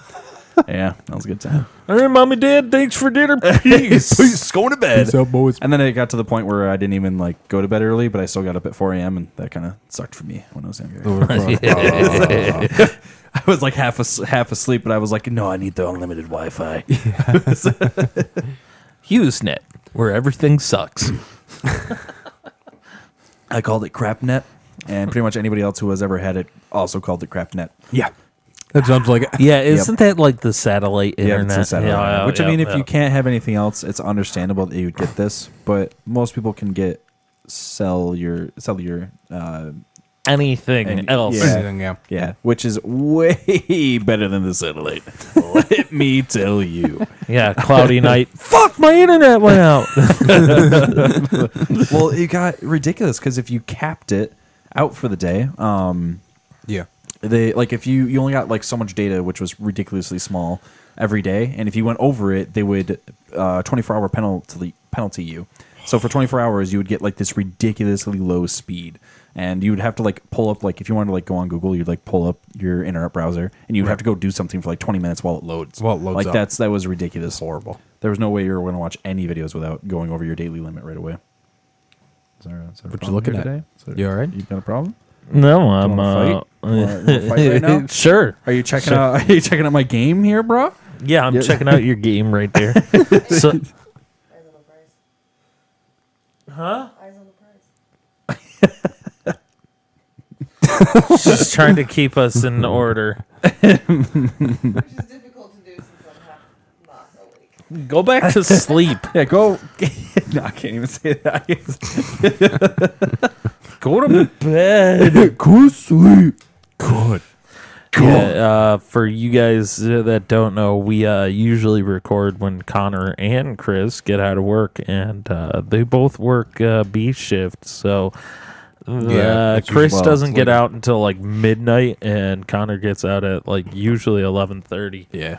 [SPEAKER 4] yeah, that was a good time.
[SPEAKER 1] All right, mom and dad, thanks for dinner. Peace.
[SPEAKER 4] Please going to bed.
[SPEAKER 2] What's up, boys?
[SPEAKER 4] And then it got to the point where I didn't even like go to bed early, but I still got up at 4 a.m. and that kind of sucked for me when I was younger. I was like half as- half asleep, but I was like, no, I need the unlimited Wi-Fi.
[SPEAKER 1] HughesNet, where everything sucks.
[SPEAKER 4] I called it CrapNet, and pretty much anybody else who has ever had it also called it CrapNet.
[SPEAKER 2] yeah, that sounds like
[SPEAKER 1] Yeah, isn't that like the satellite internet?
[SPEAKER 4] Yeah, it's a satellite.
[SPEAKER 1] yeah,
[SPEAKER 4] Which I
[SPEAKER 1] yeah,
[SPEAKER 4] mean, if
[SPEAKER 1] yeah.
[SPEAKER 4] you can't have anything else, it's understandable that you would get this, but most people can get sell your sell your uh,
[SPEAKER 1] anything
[SPEAKER 4] And-
[SPEAKER 1] else,
[SPEAKER 4] yeah.
[SPEAKER 2] yeah.
[SPEAKER 4] yeah, which is way better than the satellite. Let me tell you.
[SPEAKER 1] yeah, cloudy night. Fuck, my internet went out.
[SPEAKER 4] well, it got ridiculous because if you capped it out for the day, um,
[SPEAKER 2] yeah.
[SPEAKER 4] they like if you you only got like so much data, which was ridiculously small every day, and if you went over it, they would uh, twenty four hour penalty penalty you. So for twenty four hours, you would get like this ridiculously low speed, and you would have to like pull up like if you wanted to like go on Google, you'd like pull up your internet browser, and you'd have to go do something for like twenty minutes while it loads.
[SPEAKER 2] While it loads
[SPEAKER 4] like
[SPEAKER 2] up.
[SPEAKER 4] that's that was ridiculous, horrible. There was no way you were going to watch any videos without going over your daily limit right away. Is there, is there a
[SPEAKER 2] What you
[SPEAKER 4] problem
[SPEAKER 2] looking
[SPEAKER 4] here
[SPEAKER 2] at?
[SPEAKER 4] today? Is there-
[SPEAKER 2] You all right?
[SPEAKER 4] You got a problem?
[SPEAKER 1] No, I'm
[SPEAKER 4] wanna
[SPEAKER 1] uh,
[SPEAKER 4] fight? Wanna- wanna fight right now?
[SPEAKER 1] sure.
[SPEAKER 4] Are you checking out? Are you checking out my game here, bro?
[SPEAKER 1] Yeah, I'm checking out your game right there. so,
[SPEAKER 5] Eyes on the prize.
[SPEAKER 1] huh?
[SPEAKER 5] Eyes on the prize.
[SPEAKER 1] She's trying to keep us in order.
[SPEAKER 5] which is difficult to do since I'm half not awake.
[SPEAKER 1] Go back to sleep.
[SPEAKER 4] Yeah, go. no, I can't even say that.
[SPEAKER 1] Go to bed.
[SPEAKER 2] Go sleep. Good.
[SPEAKER 1] Yeah, uh, for you guys that don't know, we uh, usually record when Connor and Chris get out of work, and uh, they both work uh, B shift. So uh,
[SPEAKER 2] that's
[SPEAKER 1] Chris
[SPEAKER 2] usually- well,
[SPEAKER 1] doesn't
[SPEAKER 2] it's
[SPEAKER 1] get
[SPEAKER 2] like-
[SPEAKER 1] out until like midnight, and Connor gets out at like usually eleven thirty.
[SPEAKER 2] Yeah.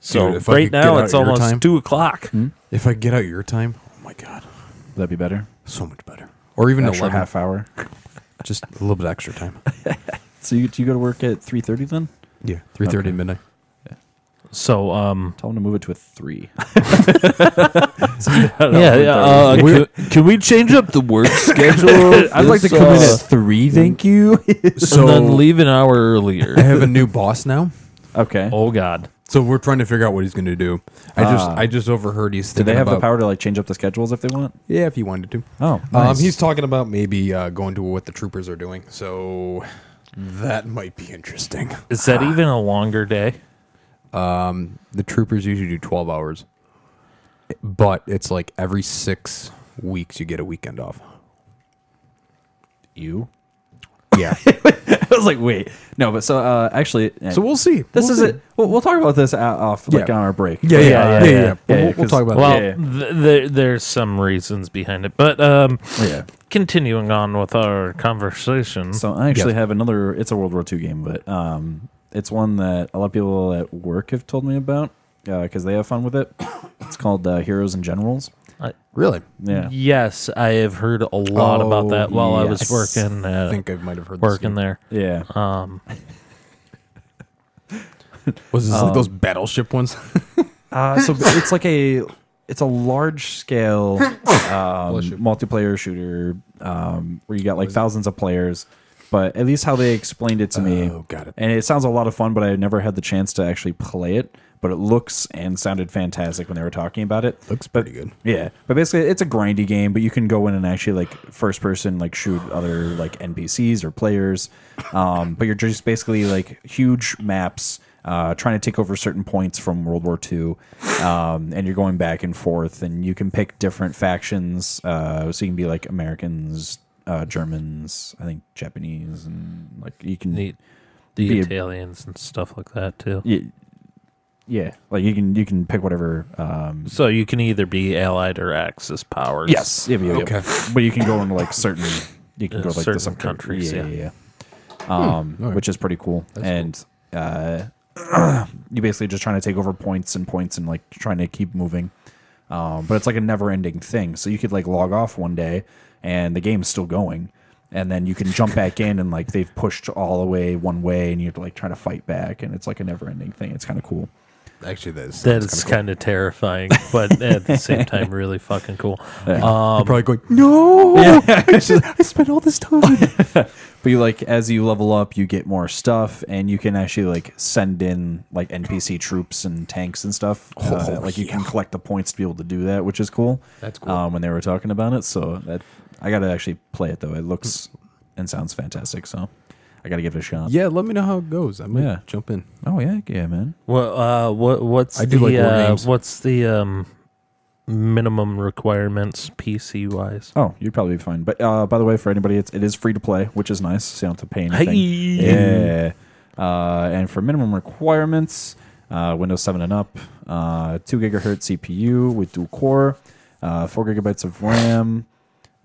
[SPEAKER 1] So
[SPEAKER 2] Dude, if I
[SPEAKER 1] right
[SPEAKER 2] could get
[SPEAKER 1] now
[SPEAKER 2] out
[SPEAKER 1] it's
[SPEAKER 2] your
[SPEAKER 1] almost
[SPEAKER 2] time-
[SPEAKER 1] two o'clock.
[SPEAKER 2] If I could get out your time, oh my god,
[SPEAKER 4] Hmm? That'd be better.
[SPEAKER 2] so much better. Or even
[SPEAKER 4] Extra
[SPEAKER 2] 11,
[SPEAKER 4] half hour.
[SPEAKER 2] just a little bit extra time.
[SPEAKER 4] So you, do you go to work at three thirty then?
[SPEAKER 2] Yeah, three thirty midnight.
[SPEAKER 1] So um,
[SPEAKER 4] Tell them to move it to a three.
[SPEAKER 1] yeah, yeah. Uh,
[SPEAKER 2] We're-
[SPEAKER 1] can, can we change up the work schedule?
[SPEAKER 4] I'd like to
[SPEAKER 1] This,
[SPEAKER 4] come in
[SPEAKER 1] uh,
[SPEAKER 4] at three, thank you.
[SPEAKER 1] and then
[SPEAKER 2] So
[SPEAKER 1] leave an hour
[SPEAKER 2] I
[SPEAKER 1] earlier.
[SPEAKER 2] have a new boss now.
[SPEAKER 4] okay.
[SPEAKER 1] oh God.
[SPEAKER 2] So we're trying to figure out what he's going to do. I just
[SPEAKER 4] Ah.
[SPEAKER 2] I just overheard he's
[SPEAKER 4] do
[SPEAKER 2] thinking
[SPEAKER 4] they have
[SPEAKER 2] about
[SPEAKER 4] the power to like change up the schedules if they want?
[SPEAKER 2] Yeah, if he wanted to.
[SPEAKER 4] Oh,
[SPEAKER 2] Um, he's talking about maybe uh, going to what the troopers are doing. So that might be interesting.
[SPEAKER 1] Is that even a longer day?
[SPEAKER 2] Um, the troopers usually do twelve hours, but it's like every six weeks you get a weekend off.
[SPEAKER 4] you.
[SPEAKER 2] Yeah.
[SPEAKER 4] I was like, wait, no, but so uh, actually, eh,
[SPEAKER 2] so we'll see.
[SPEAKER 4] this
[SPEAKER 2] We'll
[SPEAKER 4] is
[SPEAKER 2] see.
[SPEAKER 4] it. We'll, we'll talk about this o- off like
[SPEAKER 2] Yeah.
[SPEAKER 4] on our break.
[SPEAKER 2] Yeah, yeah,
[SPEAKER 1] Yeah,
[SPEAKER 2] yeah,
[SPEAKER 1] yeah,
[SPEAKER 2] yeah.
[SPEAKER 1] yeah.
[SPEAKER 2] yeah, But
[SPEAKER 4] Yeah,
[SPEAKER 2] we'll, we'll
[SPEAKER 4] 'cause-
[SPEAKER 2] talk about
[SPEAKER 1] Well,
[SPEAKER 2] that.
[SPEAKER 4] Yeah,
[SPEAKER 1] Th- there, there's some reasons behind it, but um,
[SPEAKER 4] yeah.
[SPEAKER 1] continuing on with our conversation,
[SPEAKER 4] So I actually
[SPEAKER 2] Yes.
[SPEAKER 4] have another. It's a World War II game, but um, it's one that a lot of people at work have told me about because they have fun with it. It's called uh, Heroes and Generals.
[SPEAKER 2] Really?
[SPEAKER 4] Yeah,
[SPEAKER 1] yes, I have heard a lot about
[SPEAKER 2] Oh,
[SPEAKER 1] that while I was
[SPEAKER 4] yes.
[SPEAKER 1] working
[SPEAKER 2] I
[SPEAKER 1] uh,
[SPEAKER 2] think I might have heard this
[SPEAKER 1] working
[SPEAKER 2] game.
[SPEAKER 1] there.
[SPEAKER 4] yeah.
[SPEAKER 2] uh,
[SPEAKER 1] Um,
[SPEAKER 2] Was this
[SPEAKER 4] Um,
[SPEAKER 2] like those battleship ones?
[SPEAKER 4] Uh, so it's like a it's a large scale um,
[SPEAKER 2] shoot.
[SPEAKER 4] multiplayer shooter um, where you got like thousands of players. But at least how they explained it to me,
[SPEAKER 2] Oh, got it.
[SPEAKER 4] and it sounds a lot of fun. But I never had the chance to actually play it. But it looks and sounded fantastic when they were talking about it.
[SPEAKER 2] Looks pretty good.
[SPEAKER 4] Yeah, but basically it's a grindy game, but you can go in and actually like first person like shoot other like NPCs or players. Um, but you're just basically like huge maps. Uh, trying to take over certain points from World War II, um, and you're going back and forth, and you can pick different factions. Uh, so you can be like Americans, uh, Germans, I think Japanese, and like you can
[SPEAKER 1] the, the
[SPEAKER 4] Be a-
[SPEAKER 1] Italians and stuff like that too.
[SPEAKER 4] yeah, yeah, like you can you can pick whatever um,
[SPEAKER 1] So you can either be allied or Axis powers.
[SPEAKER 4] Yes. Yep, yep, yep.
[SPEAKER 2] Okay.
[SPEAKER 4] But you can go into like certain you can
[SPEAKER 1] Uh,
[SPEAKER 4] go like
[SPEAKER 1] certain
[SPEAKER 4] to some
[SPEAKER 1] countries,
[SPEAKER 4] Yeah,
[SPEAKER 1] yeah.
[SPEAKER 4] yeah. yeah. Um,
[SPEAKER 2] alright.
[SPEAKER 4] which is pretty cool. and uh, you basically just trying to take over points and points and like trying to keep moving. Um, but it's like a never-ending thing. So you could like log off one day and the game's still going. And then you can jump back in and like they've pushed all the way one way and you're like trying to fight back and it's like a never ending thing. It's kind of cool.
[SPEAKER 2] Actually, that is.
[SPEAKER 1] That is kind of terrifying, but at the same time, really fucking cool.
[SPEAKER 4] um,
[SPEAKER 2] You're probably going. No. I, just, I spent all this time.
[SPEAKER 4] But you like as you level up, you get more stuff, and you can actually like send in like NPC troops and tanks and stuff. Uh, like you can collect the points to be able to do that, which is cool.
[SPEAKER 2] Oh, That's cool.
[SPEAKER 4] Um, when they were talking about it, so that I got to actually play it though. It looks and sounds fantastic, so I got to give it a shot.
[SPEAKER 2] yeah. Let me know how it goes. I might
[SPEAKER 4] Yeah.
[SPEAKER 2] jump in.
[SPEAKER 4] Oh yeah, yeah, man.
[SPEAKER 1] Well, uh, what what's
[SPEAKER 2] I
[SPEAKER 1] the
[SPEAKER 2] do like war
[SPEAKER 1] uh,
[SPEAKER 2] games.
[SPEAKER 1] what's the um, minimum requirements PC wise?
[SPEAKER 4] Oh, you'd probably be fine. But uh, by the way, for anybody, it's, it is free to play, which is nice. So you don't have to pay anything.
[SPEAKER 1] Hey.
[SPEAKER 4] Yeah. Uh, and for minimum requirements, uh, Windows 7 and up, uh, 2 gigahertz CPU with dual core, uh, 4 gigabytes of RAM.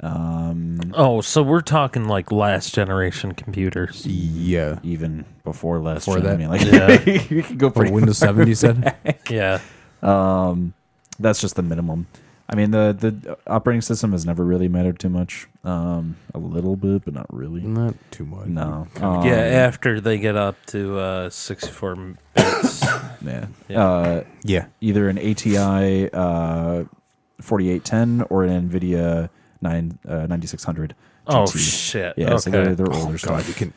[SPEAKER 4] Um,
[SPEAKER 1] Oh, so we're talking like last generation computers.
[SPEAKER 2] Yeah.
[SPEAKER 4] even before last
[SPEAKER 2] Before
[SPEAKER 4] gen, I
[SPEAKER 2] that.
[SPEAKER 4] mean, like,
[SPEAKER 1] Yeah.
[SPEAKER 4] you can go
[SPEAKER 2] For
[SPEAKER 4] pretty
[SPEAKER 2] Windows Seven, you said.
[SPEAKER 1] Yeah.
[SPEAKER 4] Um, that's just the minimum. I mean, the, the operating system has never really mattered too much. Um, a little bit, but not
[SPEAKER 1] Mm.
[SPEAKER 4] really.
[SPEAKER 2] Not too much.
[SPEAKER 4] No.
[SPEAKER 1] Yeah,
[SPEAKER 4] Um,
[SPEAKER 1] after they get up to uh, 64 bits.
[SPEAKER 4] Yeah.
[SPEAKER 1] Yeah.
[SPEAKER 4] Uh,
[SPEAKER 2] Yeah.
[SPEAKER 4] either an ATI uh, 4810 or an NVIDIA 9, uh, 9600.
[SPEAKER 1] oh,
[SPEAKER 4] GT.
[SPEAKER 1] shit.
[SPEAKER 4] Yeah,
[SPEAKER 1] okay.
[SPEAKER 4] so they're, they're
[SPEAKER 2] Oh
[SPEAKER 4] older
[SPEAKER 2] God,
[SPEAKER 4] stuff.
[SPEAKER 2] you can.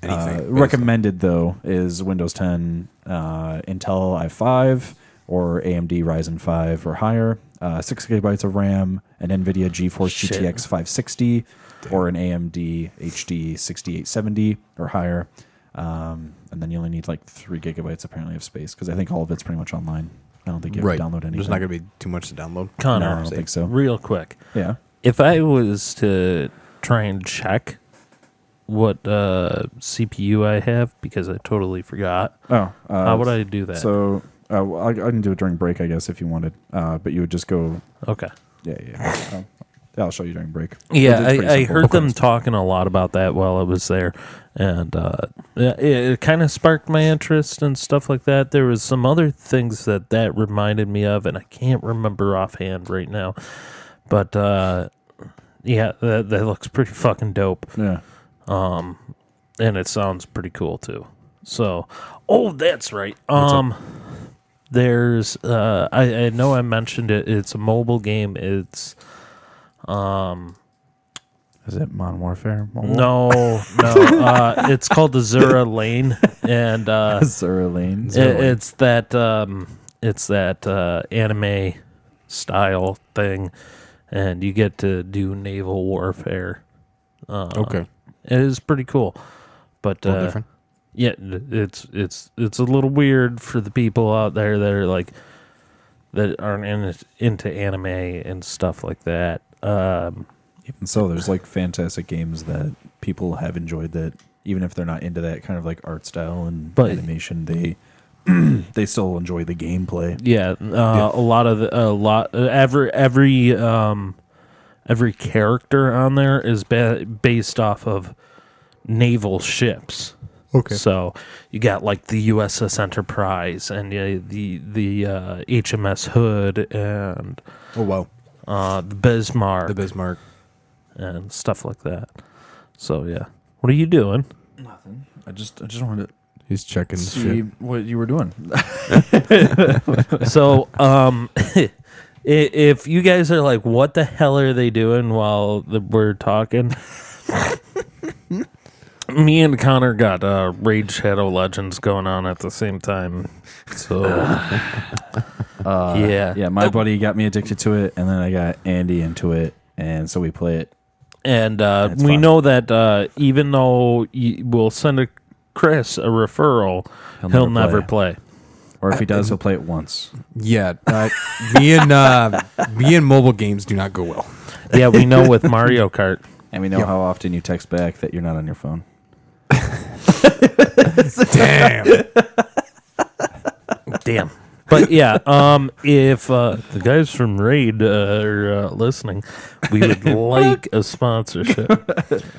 [SPEAKER 4] Uh,
[SPEAKER 2] Anything.
[SPEAKER 4] recommended, though, is Windows 10, uh, Intel i5, or AMD Ryzen 5 or higher, uh, 6 gigabytes of RAM, an NVIDIA GeForce
[SPEAKER 1] Shit.
[SPEAKER 4] GTX 560, or an AMD HD 6870 or higher. Um, and then you only need like three gigabytes apparently of space because I think all of it's pretty much online. I don't think you have
[SPEAKER 2] right.
[SPEAKER 4] to download anything.
[SPEAKER 2] There's not going to be too much to download.
[SPEAKER 1] Connor,
[SPEAKER 4] No, I don't think so.
[SPEAKER 1] Real quick,
[SPEAKER 4] yeah.
[SPEAKER 1] if I was to try and check what uh, CPU I have because I totally forgot,
[SPEAKER 4] Oh, uh,
[SPEAKER 1] how would I do that?
[SPEAKER 4] So uh, well, I, I can do it during break, I guess, if you wanted. Uh, but you would just go.
[SPEAKER 1] okay.
[SPEAKER 4] Yeah, yeah. yeah. Um, yeah, I'll show you during break.
[SPEAKER 1] Yeah,
[SPEAKER 4] It's pretty
[SPEAKER 1] I, I
[SPEAKER 4] simple.
[SPEAKER 1] heard them talking a lot about that while I was there, and uh, it, it kind of sparked my interest and stuff like that. There was some other things that that reminded me of, and I can't remember offhand right now. But uh, yeah, that, that looks pretty fucking dope,
[SPEAKER 4] Yeah.
[SPEAKER 1] and it sounds pretty cool too. So, oh, that's right. Um, there's uh, I, I know I mentioned it. It's a mobile game. It's
[SPEAKER 4] Is it Modern Warfare?
[SPEAKER 1] No, no. uh, it's called the Zura Lane, and uh,
[SPEAKER 4] Zora Lane.
[SPEAKER 1] it, it's that um, it's that uh, anime style thing, and you get to do naval warfare.
[SPEAKER 2] okay.
[SPEAKER 1] It is pretty cool, but
[SPEAKER 2] little
[SPEAKER 1] uh,
[SPEAKER 2] different.
[SPEAKER 1] yeah, it's it's it's a little weird for the people out there that are like that aren't in, into anime and stuff like that. Um,
[SPEAKER 4] Even so, there's like fantastic games that people have enjoyed that even if they're not into that kind of like art style and
[SPEAKER 1] But-
[SPEAKER 4] animation, they they still enjoy the gameplay.
[SPEAKER 1] Yeah, uh, a lot of the, a lot uh, every every um every character on there is ba- based off of naval ships.
[SPEAKER 2] Okay.
[SPEAKER 1] So you got like the USS Enterprise and uh, the the uh, HMS Hood and
[SPEAKER 2] Oh wow.
[SPEAKER 1] uh, the Bismarck
[SPEAKER 2] The Bismarck.
[SPEAKER 1] and stuff like that. So yeah, what are you doing?
[SPEAKER 4] Nothing. I just I just wanted to
[SPEAKER 2] He's checking
[SPEAKER 4] see
[SPEAKER 2] shit.
[SPEAKER 4] what you were doing.
[SPEAKER 1] so um i- if you guys are like what the hell are they doing while the, we're talking me and connor got uh raid shadow legends going on at the same time so Uh, yeah
[SPEAKER 4] Yeah, my buddy got me addicted to it, and then I got Andy into it, and so we play it.
[SPEAKER 1] and uh,
[SPEAKER 4] That's
[SPEAKER 1] we
[SPEAKER 4] fine.
[SPEAKER 1] know that uh, even though y we'll send a chris a referral he'll, never, play,
[SPEAKER 4] Or if he does, he'll play it once.
[SPEAKER 2] Yeah. Uh, me and uh, me and mobile games do not go well.
[SPEAKER 1] yeah we know with mario kart
[SPEAKER 4] And we know how often you text back that you're not on your phone.
[SPEAKER 2] Damn.
[SPEAKER 1] Damn. But yeah, um, if uh, the guys from Raid uh, are uh, listening, we would like a sponsorship.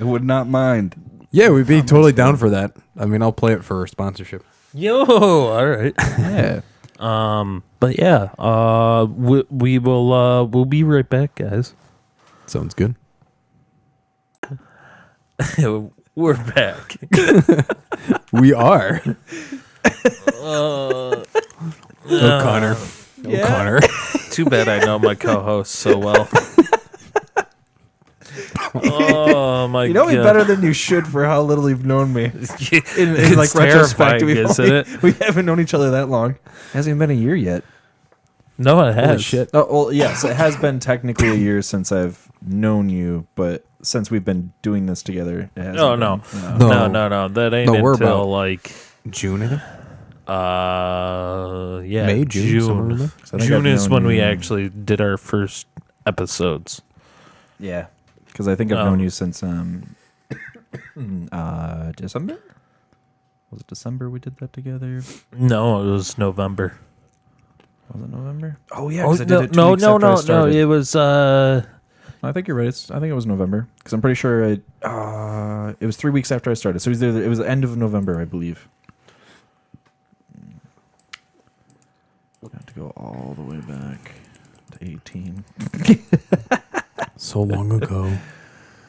[SPEAKER 4] I would not mind.
[SPEAKER 2] yeah, we'd be totally down for that. I mean, I'll play it for sponsorship.
[SPEAKER 1] Yo, all right.
[SPEAKER 4] Yeah.
[SPEAKER 1] Um, but yeah, uh, we, we will uh, we'll be right back, guys.
[SPEAKER 2] Sounds good.
[SPEAKER 1] We're back.
[SPEAKER 2] We are. oh, Connor. Oh, Connor.
[SPEAKER 1] Too bad I know my co-host so well. oh my!
[SPEAKER 3] You know me
[SPEAKER 1] God.
[SPEAKER 3] better than you should for how little you've known me. In, in
[SPEAKER 1] It's
[SPEAKER 3] like retrospect,
[SPEAKER 1] terrifying,
[SPEAKER 3] we've
[SPEAKER 1] isn't
[SPEAKER 3] only-
[SPEAKER 1] it?
[SPEAKER 3] we haven't known each other that long.
[SPEAKER 4] Hasn't even been a year yet.
[SPEAKER 1] No, it has.
[SPEAKER 4] Oh, well, yes, it has been technically a year since I've known you, but since we've been doing this together, it hasn't
[SPEAKER 1] Oh, No,
[SPEAKER 4] been.
[SPEAKER 1] no, no,
[SPEAKER 4] no.
[SPEAKER 1] no, no. That ain't
[SPEAKER 2] No, we're
[SPEAKER 1] until
[SPEAKER 2] about-
[SPEAKER 1] like
[SPEAKER 2] June, I think.
[SPEAKER 1] Uh, yeah,
[SPEAKER 2] May, June, somewhere in there.
[SPEAKER 4] So I think
[SPEAKER 1] June
[SPEAKER 4] I've
[SPEAKER 1] is when
[SPEAKER 4] known
[SPEAKER 1] we
[SPEAKER 4] you-
[SPEAKER 1] actually did our first episodes.
[SPEAKER 4] Yeah, because I think I've
[SPEAKER 1] No.
[SPEAKER 4] known you since um, uh, December. Was it December we did that together?
[SPEAKER 1] No, it was November.
[SPEAKER 4] Was it November? Oh yeah,
[SPEAKER 1] no, no, no, no, no, It was uh,
[SPEAKER 4] I think you're right. It's, I think it was November because I'm pretty sure I. Uh, it was three weeks after I started, so it was, either, it was the end of November, I believe. I have to go all the way back to 18.
[SPEAKER 2] So long ago.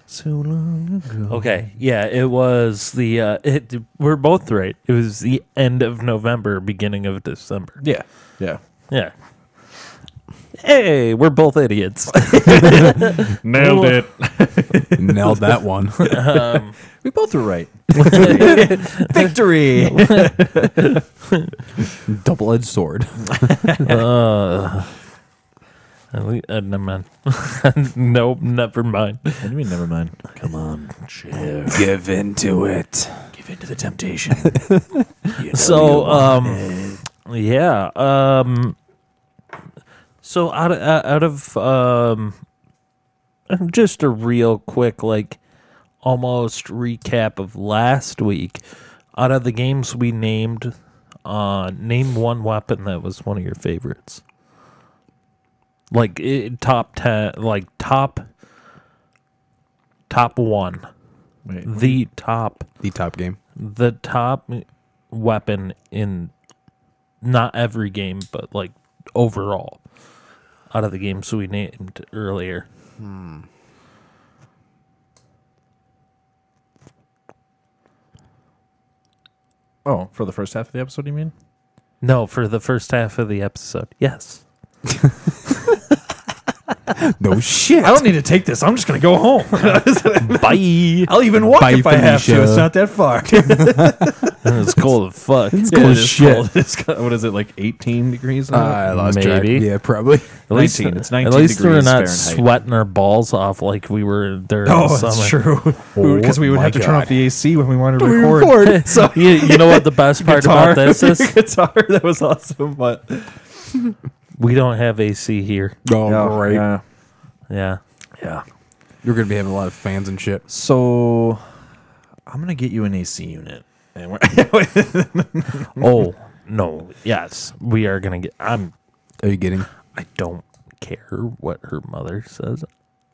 [SPEAKER 4] So long ago.
[SPEAKER 1] okay, yeah, it was the uh, it, we're both right. It was the end of November, beginning of December.
[SPEAKER 4] Yeah, yeah.
[SPEAKER 1] Yeah. Hey, we're both idiots.
[SPEAKER 4] Nailed it.
[SPEAKER 2] Nailed that one.
[SPEAKER 1] um,
[SPEAKER 4] We both were right.
[SPEAKER 3] Victory.
[SPEAKER 2] Double edged sword.
[SPEAKER 1] uh, At least, uh, never mind. nope, never mind.
[SPEAKER 4] What do you mean? Never mind. Come on, chill.
[SPEAKER 2] Give into it.
[SPEAKER 4] Give in to the temptation. You know you
[SPEAKER 1] So,
[SPEAKER 4] want
[SPEAKER 1] um,
[SPEAKER 4] it.
[SPEAKER 1] Yeah. Um. So out of, uh, out of um, just a real quick like almost recap of last week. Out of the games we named, uh, name one weapon that was one of your favorites. Like it, top ten, like top, top one,
[SPEAKER 4] Wait.
[SPEAKER 1] the top
[SPEAKER 2] The top game.
[SPEAKER 1] the top weapon in not every game, but like overall out of the games we named earlier.
[SPEAKER 4] Oh, for the first half of the episode, you mean?
[SPEAKER 1] No, for the first half of the episode. Yes.
[SPEAKER 2] No shit.
[SPEAKER 3] I don't need to take this. I'm just gonna go home.
[SPEAKER 1] Bye.
[SPEAKER 3] I'll even walk
[SPEAKER 2] Bye,
[SPEAKER 3] if I have to.
[SPEAKER 2] Felicia.
[SPEAKER 3] It's not that far.
[SPEAKER 1] it's cold as fuck. It's
[SPEAKER 2] cold as
[SPEAKER 1] as
[SPEAKER 2] shit.
[SPEAKER 4] what is it like 18 degrees?
[SPEAKER 2] Uh, I lost
[SPEAKER 1] Maybe.
[SPEAKER 2] track. Yeah, probably.
[SPEAKER 1] At least,
[SPEAKER 4] 19, it's 19
[SPEAKER 1] at least we're
[SPEAKER 4] degrees
[SPEAKER 1] not
[SPEAKER 4] Fahrenheit.
[SPEAKER 1] sweating our balls off like we were during the
[SPEAKER 3] Oh,
[SPEAKER 1] summer.
[SPEAKER 3] that's true.
[SPEAKER 4] Oh
[SPEAKER 3] Because we would
[SPEAKER 2] my
[SPEAKER 3] have to turn off
[SPEAKER 2] God.
[SPEAKER 3] the AC when we wanted to record.
[SPEAKER 1] so you, you know what the best part
[SPEAKER 3] Guitar.
[SPEAKER 1] about this is?
[SPEAKER 4] guitar. That was awesome, but
[SPEAKER 1] We don't have AC here.
[SPEAKER 2] Oh, great.
[SPEAKER 4] Yeah.
[SPEAKER 1] Yeah.
[SPEAKER 4] yeah.
[SPEAKER 2] You're going to be having a lot of fans and shit.
[SPEAKER 4] So I'm gonna get you an AC unit. And we're,
[SPEAKER 1] Oh no. Yes, we are gonna get. I'm
[SPEAKER 2] Are you getting?
[SPEAKER 1] I don't care what her mother says.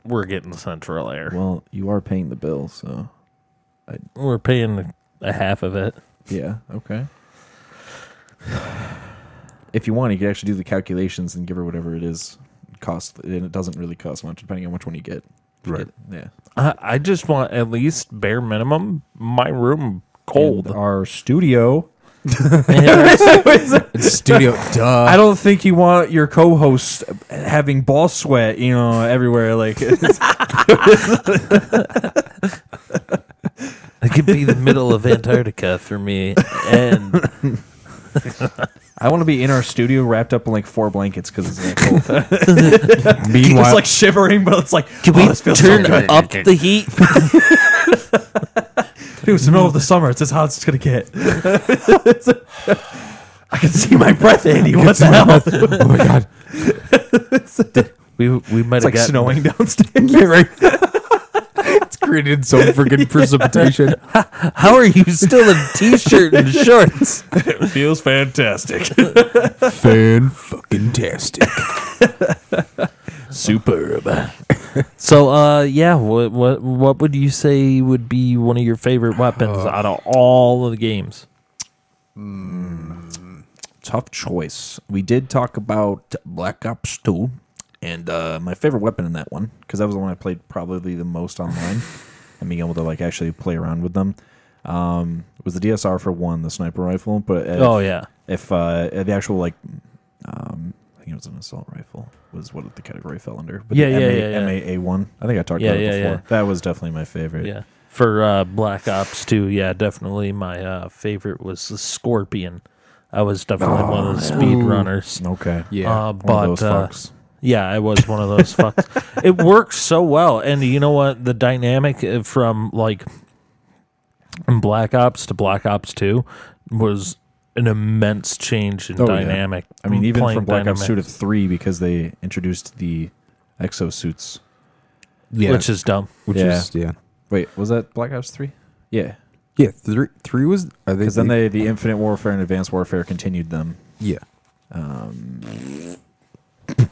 [SPEAKER 1] We're getting central air.
[SPEAKER 4] well, you are paying the bill, so
[SPEAKER 1] We're paying a half of it.
[SPEAKER 4] yeah, okay. If you want, you can actually do the calculations and give her whatever it is cost, and it doesn't really cost much depending on which one you get. If you
[SPEAKER 2] Right.
[SPEAKER 4] get- Yeah.
[SPEAKER 1] I, I just want at least bare minimum my room cold.
[SPEAKER 4] And our studio.
[SPEAKER 2] It's studio. Duh.
[SPEAKER 3] I don't think you want your co-host having ball sweat, you know, everywhere. Like, it's-
[SPEAKER 1] it could be the middle of Antarctica for me. And
[SPEAKER 4] I want to be in our studio wrapped up in like four blankets because it's like cold.
[SPEAKER 3] it's
[SPEAKER 2] Meanwhile,
[SPEAKER 3] like shivering, but it's like,
[SPEAKER 1] can
[SPEAKER 3] oh,
[SPEAKER 1] we
[SPEAKER 3] this feels so
[SPEAKER 1] turn
[SPEAKER 3] good.
[SPEAKER 1] up the heat?
[SPEAKER 3] Dude, it's the middle of the summer. It's as hot as it's gonna get. I can see my breath, Andy. What the hell? It's
[SPEAKER 2] oh my god.
[SPEAKER 1] We we might
[SPEAKER 3] like
[SPEAKER 1] have gotten
[SPEAKER 3] snowing downstairs.
[SPEAKER 2] It's created its own freaking precipitation.
[SPEAKER 1] How are you still in t-shirt and shorts?
[SPEAKER 3] feels fantastic.
[SPEAKER 2] Fan fucking tastic.
[SPEAKER 4] Superb.
[SPEAKER 1] So uh yeah, what what what would you say would be one of your favorite weapons out of all of the games?
[SPEAKER 4] tough choice. We did talk about Black Ops 2 and uh, my favorite weapon in that one because that was the one I played probably the most online and being able to like actually play around with them um, was the DSR for one, the sniper rifle. But if,
[SPEAKER 1] Oh yeah.
[SPEAKER 4] if uh, the actual like, um, I think it was an assault rifle was what the category fell under. But
[SPEAKER 1] Yeah,
[SPEAKER 4] the
[SPEAKER 1] yeah,
[SPEAKER 4] MA,
[SPEAKER 1] yeah, yeah.
[SPEAKER 4] MAA1. I think I talked
[SPEAKER 1] Yeah,
[SPEAKER 4] about it
[SPEAKER 1] yeah,
[SPEAKER 4] before.
[SPEAKER 1] yeah.
[SPEAKER 4] That was definitely my favorite.
[SPEAKER 1] Yeah. For uh, Black Ops 2, yeah, definitely my uh, favorite was the Scorpion. I was definitely one of the
[SPEAKER 4] Oh,
[SPEAKER 1] speedrunners.
[SPEAKER 4] Okay.
[SPEAKER 2] Yeah.
[SPEAKER 1] Uh,
[SPEAKER 4] One of
[SPEAKER 1] but
[SPEAKER 4] those
[SPEAKER 1] uh,
[SPEAKER 4] fucks.
[SPEAKER 1] yeah, I was one of those fucks. It worked so well, and you know what? The dynamic uh, from like from Black Ops to Black Ops 2 was an immense change in
[SPEAKER 4] Oh, yeah.
[SPEAKER 1] dynamic.
[SPEAKER 4] I mean, even
[SPEAKER 1] playing
[SPEAKER 4] from Black Ops 2 to
[SPEAKER 1] dynamics,
[SPEAKER 4] 3 because they introduced the exosuits.
[SPEAKER 2] yeah.
[SPEAKER 1] which is dumb.
[SPEAKER 2] Which
[SPEAKER 4] Yeah.
[SPEAKER 2] is yeah.
[SPEAKER 4] Wait, was that Black Ops 3? Yeah.
[SPEAKER 2] Yeah, three three was are they
[SPEAKER 4] Because then they the Infinite Warfare and Advanced Warfare continued them.
[SPEAKER 2] Yeah. Um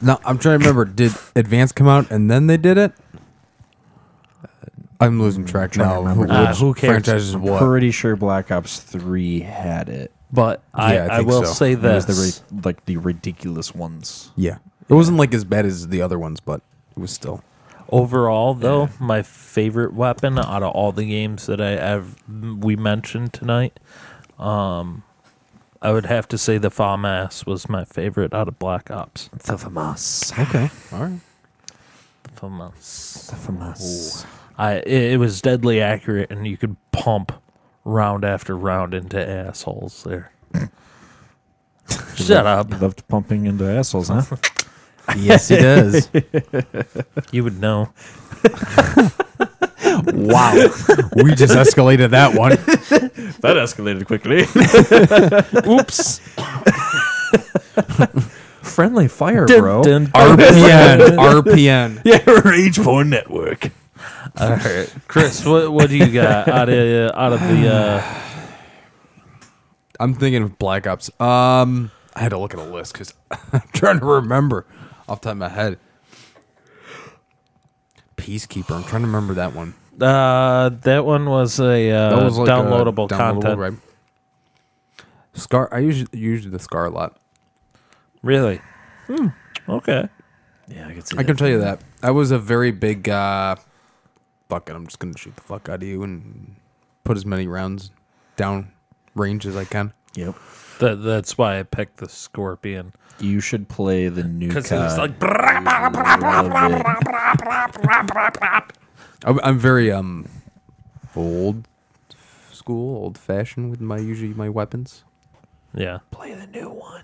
[SPEAKER 2] No, I'm trying to remember did Advance come out and then they did it? I'm losing track
[SPEAKER 4] trying to
[SPEAKER 2] now. of
[SPEAKER 4] remember.
[SPEAKER 2] Which
[SPEAKER 1] Ah, who cares?
[SPEAKER 2] franchise is what?
[SPEAKER 4] Pretty sure Black Ops 3 had it.
[SPEAKER 1] But I,
[SPEAKER 2] Yeah, I
[SPEAKER 1] I,
[SPEAKER 2] think
[SPEAKER 1] will
[SPEAKER 2] so.
[SPEAKER 1] say
[SPEAKER 4] It was
[SPEAKER 1] this.
[SPEAKER 4] the ri- like the ridiculous ones.
[SPEAKER 2] Yeah. It wasn't like as bad as the other ones, but it was still
[SPEAKER 1] Overall, though, my favorite weapon out of all the games that I have we mentioned tonight, um, I would have to say the FAMAS was my favorite out of Black Ops.
[SPEAKER 4] The FAMAS.
[SPEAKER 2] Okay. All right.
[SPEAKER 1] FAMAS.
[SPEAKER 4] The FAMAS.
[SPEAKER 1] I it, it was deadly accurate, and you could pump round after round into assholes there. Shut up.
[SPEAKER 4] Loved pumping into assholes, huh?
[SPEAKER 2] Yes, he does.
[SPEAKER 1] You would know.
[SPEAKER 2] wow. We just escalated that one.
[SPEAKER 1] That escalated quickly. Oops.
[SPEAKER 4] Friendly fire, bro.
[SPEAKER 2] RPN. RPN.
[SPEAKER 4] Yeah, Rage Porn Network.
[SPEAKER 1] All right, Chris, what what do you got out of out of the? Uh,
[SPEAKER 2] I'm thinking of Black Ops. Um, I had to look at a list because I'm trying to remember off the top of my head. Peacekeeper. I'm trying to remember that one.
[SPEAKER 1] uh that one was a uh,
[SPEAKER 2] That was like a
[SPEAKER 1] downloadable,
[SPEAKER 2] downloadable,
[SPEAKER 1] content.
[SPEAKER 2] right? Scar. I usually usually the scar a lot.
[SPEAKER 1] Really? Hmm. Okay.
[SPEAKER 4] Yeah, I can see
[SPEAKER 2] I can tell you that. I was a very big uh fuck it, I'm just gonna shoot the fuck out of you and put as many rounds down range as I can.
[SPEAKER 4] Yep.
[SPEAKER 1] That that's why I picked the scorpion
[SPEAKER 4] You should play the new
[SPEAKER 1] because
[SPEAKER 4] COD.
[SPEAKER 1] it was like
[SPEAKER 4] Love it.
[SPEAKER 2] I'm, I'm very um old school, old fashioned with my usually my weapons.
[SPEAKER 1] yeah.
[SPEAKER 4] play the new one.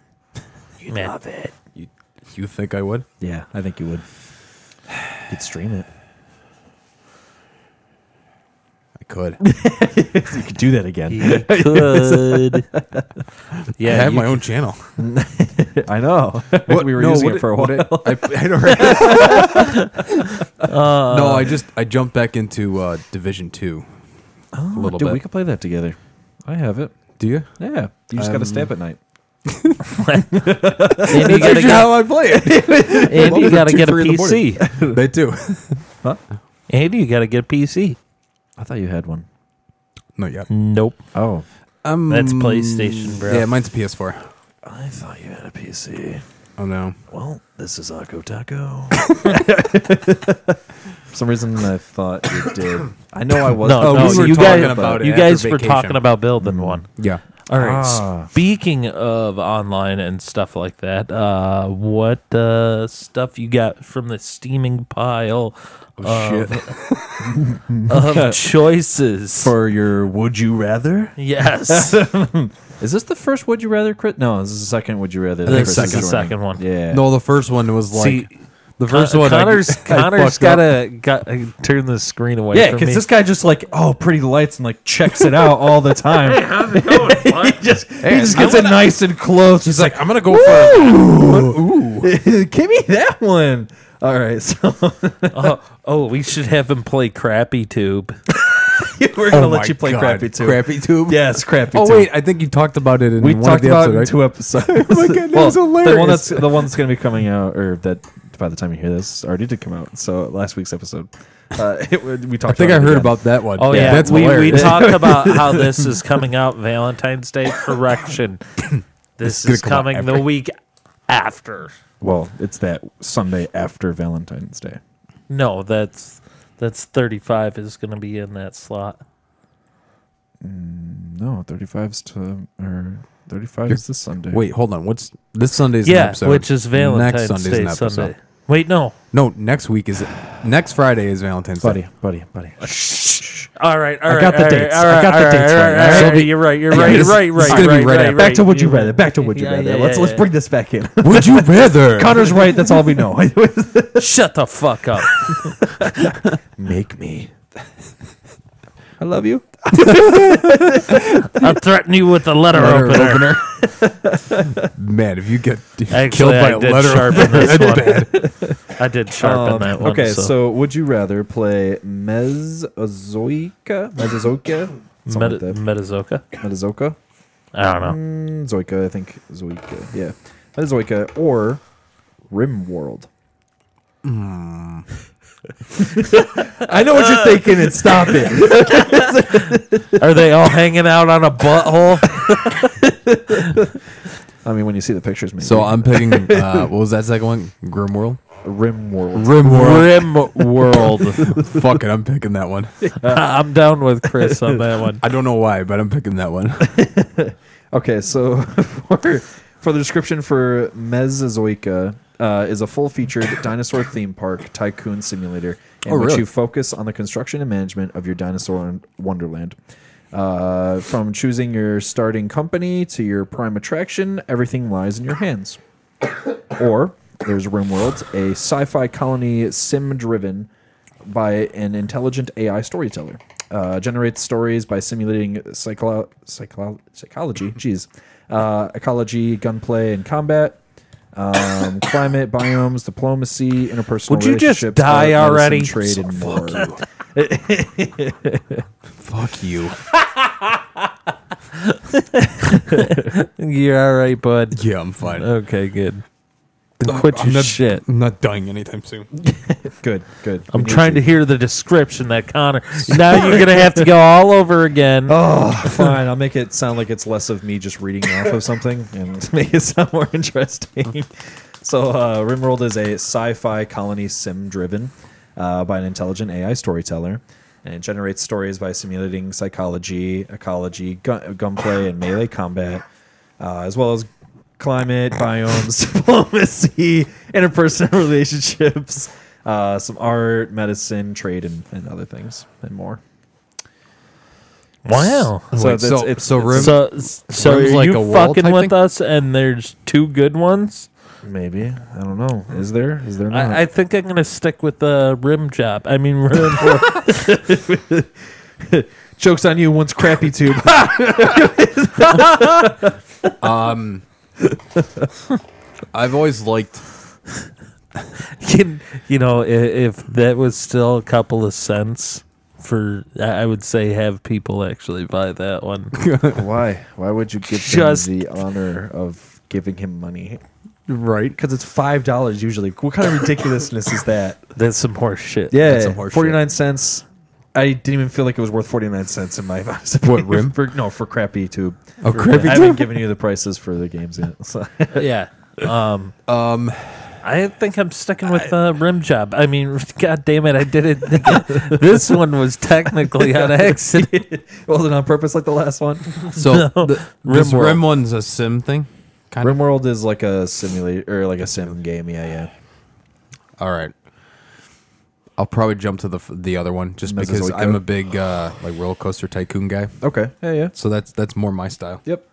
[SPEAKER 1] You
[SPEAKER 4] it.
[SPEAKER 2] You think I would?
[SPEAKER 4] Yeah, I think you would. You could stream it.
[SPEAKER 2] I could.
[SPEAKER 4] You could do that again.
[SPEAKER 1] could.
[SPEAKER 2] I
[SPEAKER 1] yeah,
[SPEAKER 2] have
[SPEAKER 1] you
[SPEAKER 2] my own channel.
[SPEAKER 4] I know. we were
[SPEAKER 2] no,
[SPEAKER 4] using
[SPEAKER 2] what
[SPEAKER 4] it for a
[SPEAKER 2] what
[SPEAKER 4] while.
[SPEAKER 2] I, I don't no, I just I jumped back into uh, Division Two a little
[SPEAKER 4] Oh, Dude,
[SPEAKER 2] bit.
[SPEAKER 4] we could play that together. I have it.
[SPEAKER 2] Do you?
[SPEAKER 4] Yeah. You just got
[SPEAKER 2] Um,
[SPEAKER 4] to stay up at night.
[SPEAKER 1] and you gotta
[SPEAKER 2] That's
[SPEAKER 1] get,
[SPEAKER 2] how I play it.
[SPEAKER 1] and you
[SPEAKER 2] Well,
[SPEAKER 1] gotta
[SPEAKER 2] two,
[SPEAKER 1] get a
[SPEAKER 2] three in the morning.
[SPEAKER 1] PC.
[SPEAKER 2] they do.
[SPEAKER 1] And you gotta get a PC.
[SPEAKER 4] I thought you had one.
[SPEAKER 2] Not yet.
[SPEAKER 1] Nope.
[SPEAKER 4] Oh.
[SPEAKER 2] Um,
[SPEAKER 1] That's PlayStation, bro.
[SPEAKER 2] Yeah, mine's PS4.
[SPEAKER 4] I thought you had a PC.
[SPEAKER 2] Oh no.
[SPEAKER 4] Well, this is Akko Taco. For some reason, I thought you did. I know I was.
[SPEAKER 1] No,
[SPEAKER 2] Oh,
[SPEAKER 1] no,
[SPEAKER 2] we were
[SPEAKER 1] you
[SPEAKER 2] talking
[SPEAKER 1] guys,
[SPEAKER 2] about it
[SPEAKER 1] you
[SPEAKER 2] after
[SPEAKER 1] guys were
[SPEAKER 2] vacation.
[SPEAKER 1] talking about building
[SPEAKER 2] Hmm.
[SPEAKER 1] one.
[SPEAKER 2] Yeah. Oh,
[SPEAKER 1] All right.
[SPEAKER 4] Ah.
[SPEAKER 1] Speaking of online and stuff like that, uh, what uh, stuff you got from the steaming pile
[SPEAKER 2] Oh, shit.
[SPEAKER 1] of choices?
[SPEAKER 4] for your Would You Rather?
[SPEAKER 1] yes,
[SPEAKER 4] Is this the first Would You Rather, Chris? No, this is the second Would You Rather. The
[SPEAKER 1] this
[SPEAKER 4] first
[SPEAKER 1] is the
[SPEAKER 4] shorter.
[SPEAKER 1] second one.
[SPEAKER 4] Yeah.
[SPEAKER 2] No, the first one was like
[SPEAKER 1] See,
[SPEAKER 2] the first one. I-
[SPEAKER 1] Connor's
[SPEAKER 2] I
[SPEAKER 1] Connor's
[SPEAKER 2] fucked up.
[SPEAKER 1] gotta got uh, turn the screen away.
[SPEAKER 4] Yeah,
[SPEAKER 1] from
[SPEAKER 4] because
[SPEAKER 1] me.
[SPEAKER 4] this guy just like oh pretty lights and like checks it out all the time.
[SPEAKER 1] How's it going? What?
[SPEAKER 4] he just gets it nice and close. He's like,
[SPEAKER 2] I'm gonna go for.
[SPEAKER 4] give me that one. All right, so
[SPEAKER 1] oh, oh, we should have him play Crappy Tube.
[SPEAKER 4] we're gonna
[SPEAKER 2] Oh my
[SPEAKER 4] let you play
[SPEAKER 2] God,
[SPEAKER 4] Crappy Tube.
[SPEAKER 2] Crappy Tube.
[SPEAKER 4] yes, Crappy
[SPEAKER 2] Oh
[SPEAKER 4] Tube.
[SPEAKER 2] wait, I think you talked about it in
[SPEAKER 4] we
[SPEAKER 2] one
[SPEAKER 4] talked
[SPEAKER 2] of the
[SPEAKER 4] about it in
[SPEAKER 2] episodes,
[SPEAKER 4] two episodes.
[SPEAKER 2] my
[SPEAKER 4] oh
[SPEAKER 2] God, that was
[SPEAKER 4] The one
[SPEAKER 2] hilarious.
[SPEAKER 4] that's the one that's gonna be coming out, or that by the time you hear this already did come out. So last week's episode, uh, it, would- we
[SPEAKER 2] right? I
[SPEAKER 4] talked.
[SPEAKER 2] think I
[SPEAKER 4] it
[SPEAKER 2] heard
[SPEAKER 4] again.
[SPEAKER 2] about that one.
[SPEAKER 1] Oh yeah,
[SPEAKER 2] that's
[SPEAKER 1] we, we
[SPEAKER 2] hilarious.
[SPEAKER 1] talked about how this is coming out Valentine's Day. Correction, this
[SPEAKER 2] gonna
[SPEAKER 1] is
[SPEAKER 2] come out
[SPEAKER 1] coming the week after.
[SPEAKER 4] Well, it's that Sunday after Valentine's Day.
[SPEAKER 1] No, that's that's thirty five is going to be in that slot.
[SPEAKER 4] No, 35's to or 35
[SPEAKER 2] is
[SPEAKER 4] is this Sunday.
[SPEAKER 2] Wait, hold on. What's this Sunday's an
[SPEAKER 1] yeah,
[SPEAKER 2] episode?
[SPEAKER 1] which is Valentine's
[SPEAKER 2] next Sunday's
[SPEAKER 1] Day
[SPEAKER 2] an episode.
[SPEAKER 1] Sunday. Wait, no.
[SPEAKER 2] No, next week is next Friday is Valentine's Day.
[SPEAKER 4] buddy, buddy, buddy.
[SPEAKER 1] All right, all
[SPEAKER 4] I
[SPEAKER 1] right.
[SPEAKER 4] got the
[SPEAKER 1] all right,
[SPEAKER 4] dates.
[SPEAKER 1] all
[SPEAKER 4] I
[SPEAKER 1] right,
[SPEAKER 4] got the
[SPEAKER 1] all
[SPEAKER 4] dates
[SPEAKER 1] all
[SPEAKER 4] right.
[SPEAKER 1] all
[SPEAKER 4] So
[SPEAKER 1] right,
[SPEAKER 4] the-
[SPEAKER 1] you're right. You're
[SPEAKER 2] Yeah,
[SPEAKER 1] right.
[SPEAKER 2] this-
[SPEAKER 1] right.
[SPEAKER 2] this
[SPEAKER 1] Right.
[SPEAKER 2] is gonna
[SPEAKER 1] right,
[SPEAKER 2] be right
[SPEAKER 1] right,
[SPEAKER 2] after.
[SPEAKER 4] Back to
[SPEAKER 1] right,
[SPEAKER 4] would you
[SPEAKER 1] you're
[SPEAKER 4] rather. Back to would you
[SPEAKER 1] Yeah,
[SPEAKER 4] rather.
[SPEAKER 1] yeah,
[SPEAKER 4] let's
[SPEAKER 1] yeah,
[SPEAKER 4] let's
[SPEAKER 1] yeah.
[SPEAKER 4] bring this back in.
[SPEAKER 2] Would you rather?
[SPEAKER 4] Connor's right. That's all we know.
[SPEAKER 1] right. Shut the fuck up.
[SPEAKER 4] Make me. I love you.
[SPEAKER 1] I'll threaten you with a letter,
[SPEAKER 2] Letter
[SPEAKER 1] opener.
[SPEAKER 2] Man, if you get
[SPEAKER 1] Actually,
[SPEAKER 2] killed by
[SPEAKER 1] I
[SPEAKER 2] a
[SPEAKER 1] did
[SPEAKER 2] letter,
[SPEAKER 1] sharpen this one.
[SPEAKER 2] that's bad.
[SPEAKER 1] I did sharpen that one.
[SPEAKER 4] Um, okay, so.
[SPEAKER 1] so
[SPEAKER 4] would you rather play Mesozoica? Mesozoica? Something
[SPEAKER 1] Meta-
[SPEAKER 4] like that.
[SPEAKER 1] Metazoka.
[SPEAKER 4] Metazoica?
[SPEAKER 1] I don't know.
[SPEAKER 4] Mm, Zoica, I think. Zoica. Yeah. Metazoica or Rimworld.
[SPEAKER 2] Hmm.
[SPEAKER 4] I know
[SPEAKER 2] Uh.
[SPEAKER 4] what you're thinking and stop it.
[SPEAKER 1] Are they all hanging out on a butthole?
[SPEAKER 4] I mean, when you see the pictures, maybe.
[SPEAKER 2] So I'm picking. Uh, what was that second one? Grimworld.
[SPEAKER 4] Rimworld.
[SPEAKER 2] Rimworld.
[SPEAKER 1] Rim World.
[SPEAKER 2] Fuck it, I'm picking that one.
[SPEAKER 1] I'm down with Chris on that one.
[SPEAKER 2] I don't know why, but I'm picking that one.
[SPEAKER 4] Okay, so for, for the description for Mesozoica uh, is a full-featured dinosaur theme park tycoon simulator in
[SPEAKER 2] Oh,
[SPEAKER 4] which
[SPEAKER 2] really?
[SPEAKER 4] you focus on the construction and management of your dinosaur in- wonderland. Uh, from choosing your starting company to your prime attraction, everything lies in your hands. Or There's RimWorld, a sci-fi colony sim-driven by an intelligent AI storyteller. Uh, generates stories by simulating psycholo- psycholo- psychology, geez, uh, ecology, gunplay, and combat, um, climate, biomes, diplomacy, interpersonal
[SPEAKER 1] Would you just
[SPEAKER 4] relationships,
[SPEAKER 1] die
[SPEAKER 4] art, medicine,
[SPEAKER 1] already?
[SPEAKER 4] Trade
[SPEAKER 1] So
[SPEAKER 4] and more.
[SPEAKER 2] Fuck you.
[SPEAKER 1] You're all right, bud.
[SPEAKER 2] Yeah, I'm fine.
[SPEAKER 1] Okay, good. Then quit
[SPEAKER 2] I'm
[SPEAKER 1] your
[SPEAKER 2] not,
[SPEAKER 1] shit.
[SPEAKER 2] I'm not dying anytime soon.
[SPEAKER 4] Good, good.
[SPEAKER 1] I'm trying to hear the description that Connor. Now you're gonna have to go all over again.
[SPEAKER 4] Oh, fine. I'll make it sound like it's less of me just reading off of something and make it sound more interesting. So, uh, Rimworld is a sci fi colony sim driven uh, by an intelligent AI storyteller. And it generates stories by simulating psychology, ecology, gun- gunplay, and melee combat, uh, as well as climate, biomes, diplomacy, interpersonal relationships, uh, some art, medicine, trade, and, and other things, and more.
[SPEAKER 1] Wow.
[SPEAKER 4] So
[SPEAKER 2] Wait,
[SPEAKER 4] that's-
[SPEAKER 2] so,
[SPEAKER 4] it's-
[SPEAKER 2] so
[SPEAKER 4] it's-
[SPEAKER 2] Rim,
[SPEAKER 1] So, so
[SPEAKER 2] Rose
[SPEAKER 1] are
[SPEAKER 2] like a
[SPEAKER 1] you
[SPEAKER 2] wall
[SPEAKER 1] fucking
[SPEAKER 2] type
[SPEAKER 1] with
[SPEAKER 2] thing?
[SPEAKER 1] us? And there's two good ones. Uh-huh.
[SPEAKER 4] Maybe I don't know. Is there? Is there not?
[SPEAKER 1] I, I think I'm gonna stick with the rim job. I mean, rim.
[SPEAKER 4] Jokes on you. One's crappy tube.
[SPEAKER 2] um, I've always liked.
[SPEAKER 1] you, you know, i- if, if that was still a couple of cents for, I I would say have people actually buy that one
[SPEAKER 4] Why? Why would you give
[SPEAKER 1] Just-
[SPEAKER 4] him the honor of giving him money?
[SPEAKER 2] Right.
[SPEAKER 4] Because it's five dollars usually. What kind of ridiculousness is that?
[SPEAKER 1] That's some horse shit.
[SPEAKER 4] Yeah,
[SPEAKER 2] That's some horseshit.
[SPEAKER 4] forty nine cents. I didn't even feel like it was worth forty nine cents in my eyes.
[SPEAKER 2] What, Rim?
[SPEAKER 4] For, no, for crappy tube.
[SPEAKER 2] Oh,
[SPEAKER 4] For-
[SPEAKER 2] crappy
[SPEAKER 4] I haven't
[SPEAKER 2] tube?
[SPEAKER 4] given you the prices for the games yet. so-
[SPEAKER 1] yeah. Um,
[SPEAKER 2] Um,
[SPEAKER 1] I think I'm sticking with the rim job. I mean, god damn it, I did it. this one was technically on accident.
[SPEAKER 4] was it on purpose like the last one?
[SPEAKER 2] so
[SPEAKER 1] No.
[SPEAKER 2] the, this
[SPEAKER 1] Rimworld.
[SPEAKER 2] Rim one's a sim thing. Kind of.
[SPEAKER 4] RimWorld is like a simulator or like a sim game. Yeah, yeah.
[SPEAKER 2] All right. I'll probably jump to the f- the other one just
[SPEAKER 4] Mesozoica.
[SPEAKER 2] because I'm a big uh, like roller coaster tycoon guy.
[SPEAKER 4] Okay. Yeah, yeah.
[SPEAKER 2] So that's that's more my style.
[SPEAKER 4] Yep.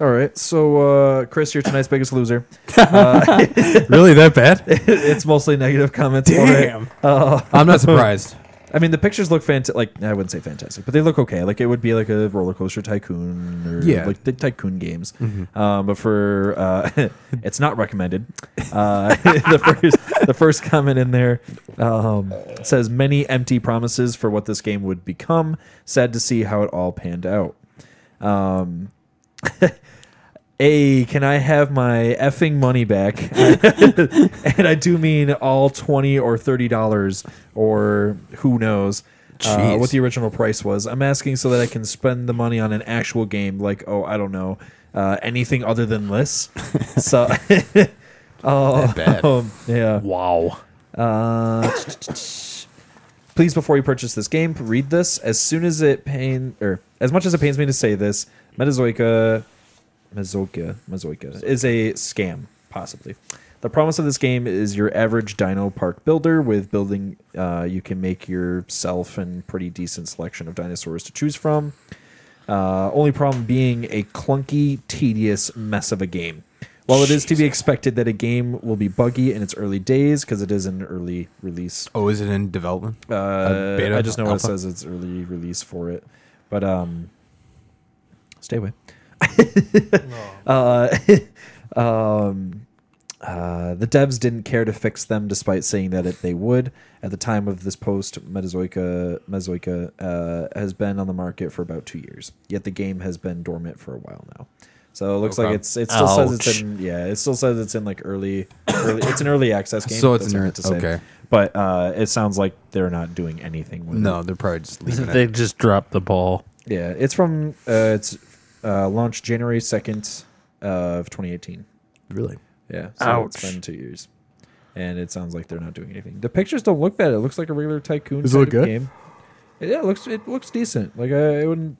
[SPEAKER 4] All right. So, uh, Chris, you're tonight's biggest loser.
[SPEAKER 2] really that bad?
[SPEAKER 4] it's mostly negative comments. for it.
[SPEAKER 2] Damn.
[SPEAKER 4] Oh.
[SPEAKER 2] I'm not surprised.
[SPEAKER 4] I mean, the pictures look fantastic. Like, I wouldn't say fantastic, but they look okay. Like, it would be like a roller coaster tycoon or
[SPEAKER 2] Yeah. Mm-hmm.
[SPEAKER 4] like the tycoon games. Um, but for uh, it's not recommended. Uh, the first the first comment in there um, says many empty promises for what this game would become. Sad to see how it all panned out. Um, A, can I have my effing money back? and I do mean all twenty or thirty dollars, or who knows uh,
[SPEAKER 2] Jeez.
[SPEAKER 4] what the original price was. I'm asking so that I can spend the money on an actual game, like oh, I don't know, uh, anything other than this. so, oh,
[SPEAKER 2] bad.
[SPEAKER 4] um, yeah.
[SPEAKER 1] Wow.
[SPEAKER 4] Uh, please, before you purchase this game, read this. As soon as it pain or as much as it pains me to say this, Metazoica, Mazoica, Mazoica is a scam, possibly. The promise of this game is your average Dino Park builder with building. Uh, you can make yourself and pretty decent selection of dinosaurs to choose from. Uh, only problem being a clunky, tedious mess of a game. While it is to be expected that a game will be buggy in its early days because it is an early release.
[SPEAKER 2] Oh, is it in development?
[SPEAKER 4] Uh,
[SPEAKER 2] beta,
[SPEAKER 4] I just know what it
[SPEAKER 2] alpha?
[SPEAKER 4] says it's early release for it, but um, stay away. uh, um, uh, the devs didn't care to fix them despite saying that it, they would. At the time of this post, Metazoica, Mezoica uh, has been on the market for about two years, yet the game has been dormant for a while now. So it looks
[SPEAKER 2] Okay.
[SPEAKER 4] like it's it still says it's
[SPEAKER 1] Ouch.
[SPEAKER 4] in yeah it still says it's in like early, early it's an early access game.
[SPEAKER 2] So
[SPEAKER 4] but
[SPEAKER 2] it's
[SPEAKER 4] that's
[SPEAKER 2] an
[SPEAKER 4] not
[SPEAKER 2] ear-
[SPEAKER 4] to say.
[SPEAKER 2] okay.
[SPEAKER 4] but uh, it sounds like they're not doing anything with it.
[SPEAKER 2] No, they're probably just leaving
[SPEAKER 1] They
[SPEAKER 2] it.
[SPEAKER 1] just dropped the ball.
[SPEAKER 4] Yeah, it's from uh, it's uh, launched January second of 2018.
[SPEAKER 2] Really?
[SPEAKER 4] Yeah, so it's
[SPEAKER 1] Ouch.
[SPEAKER 4] been two years, and it sounds like they're not doing anything. The pictures don't look bad. It looks like a regular tycoon
[SPEAKER 2] Does it look
[SPEAKER 4] kind of
[SPEAKER 2] good?
[SPEAKER 4] game. Yeah, it looks it looks decent. Like uh, it wouldn't.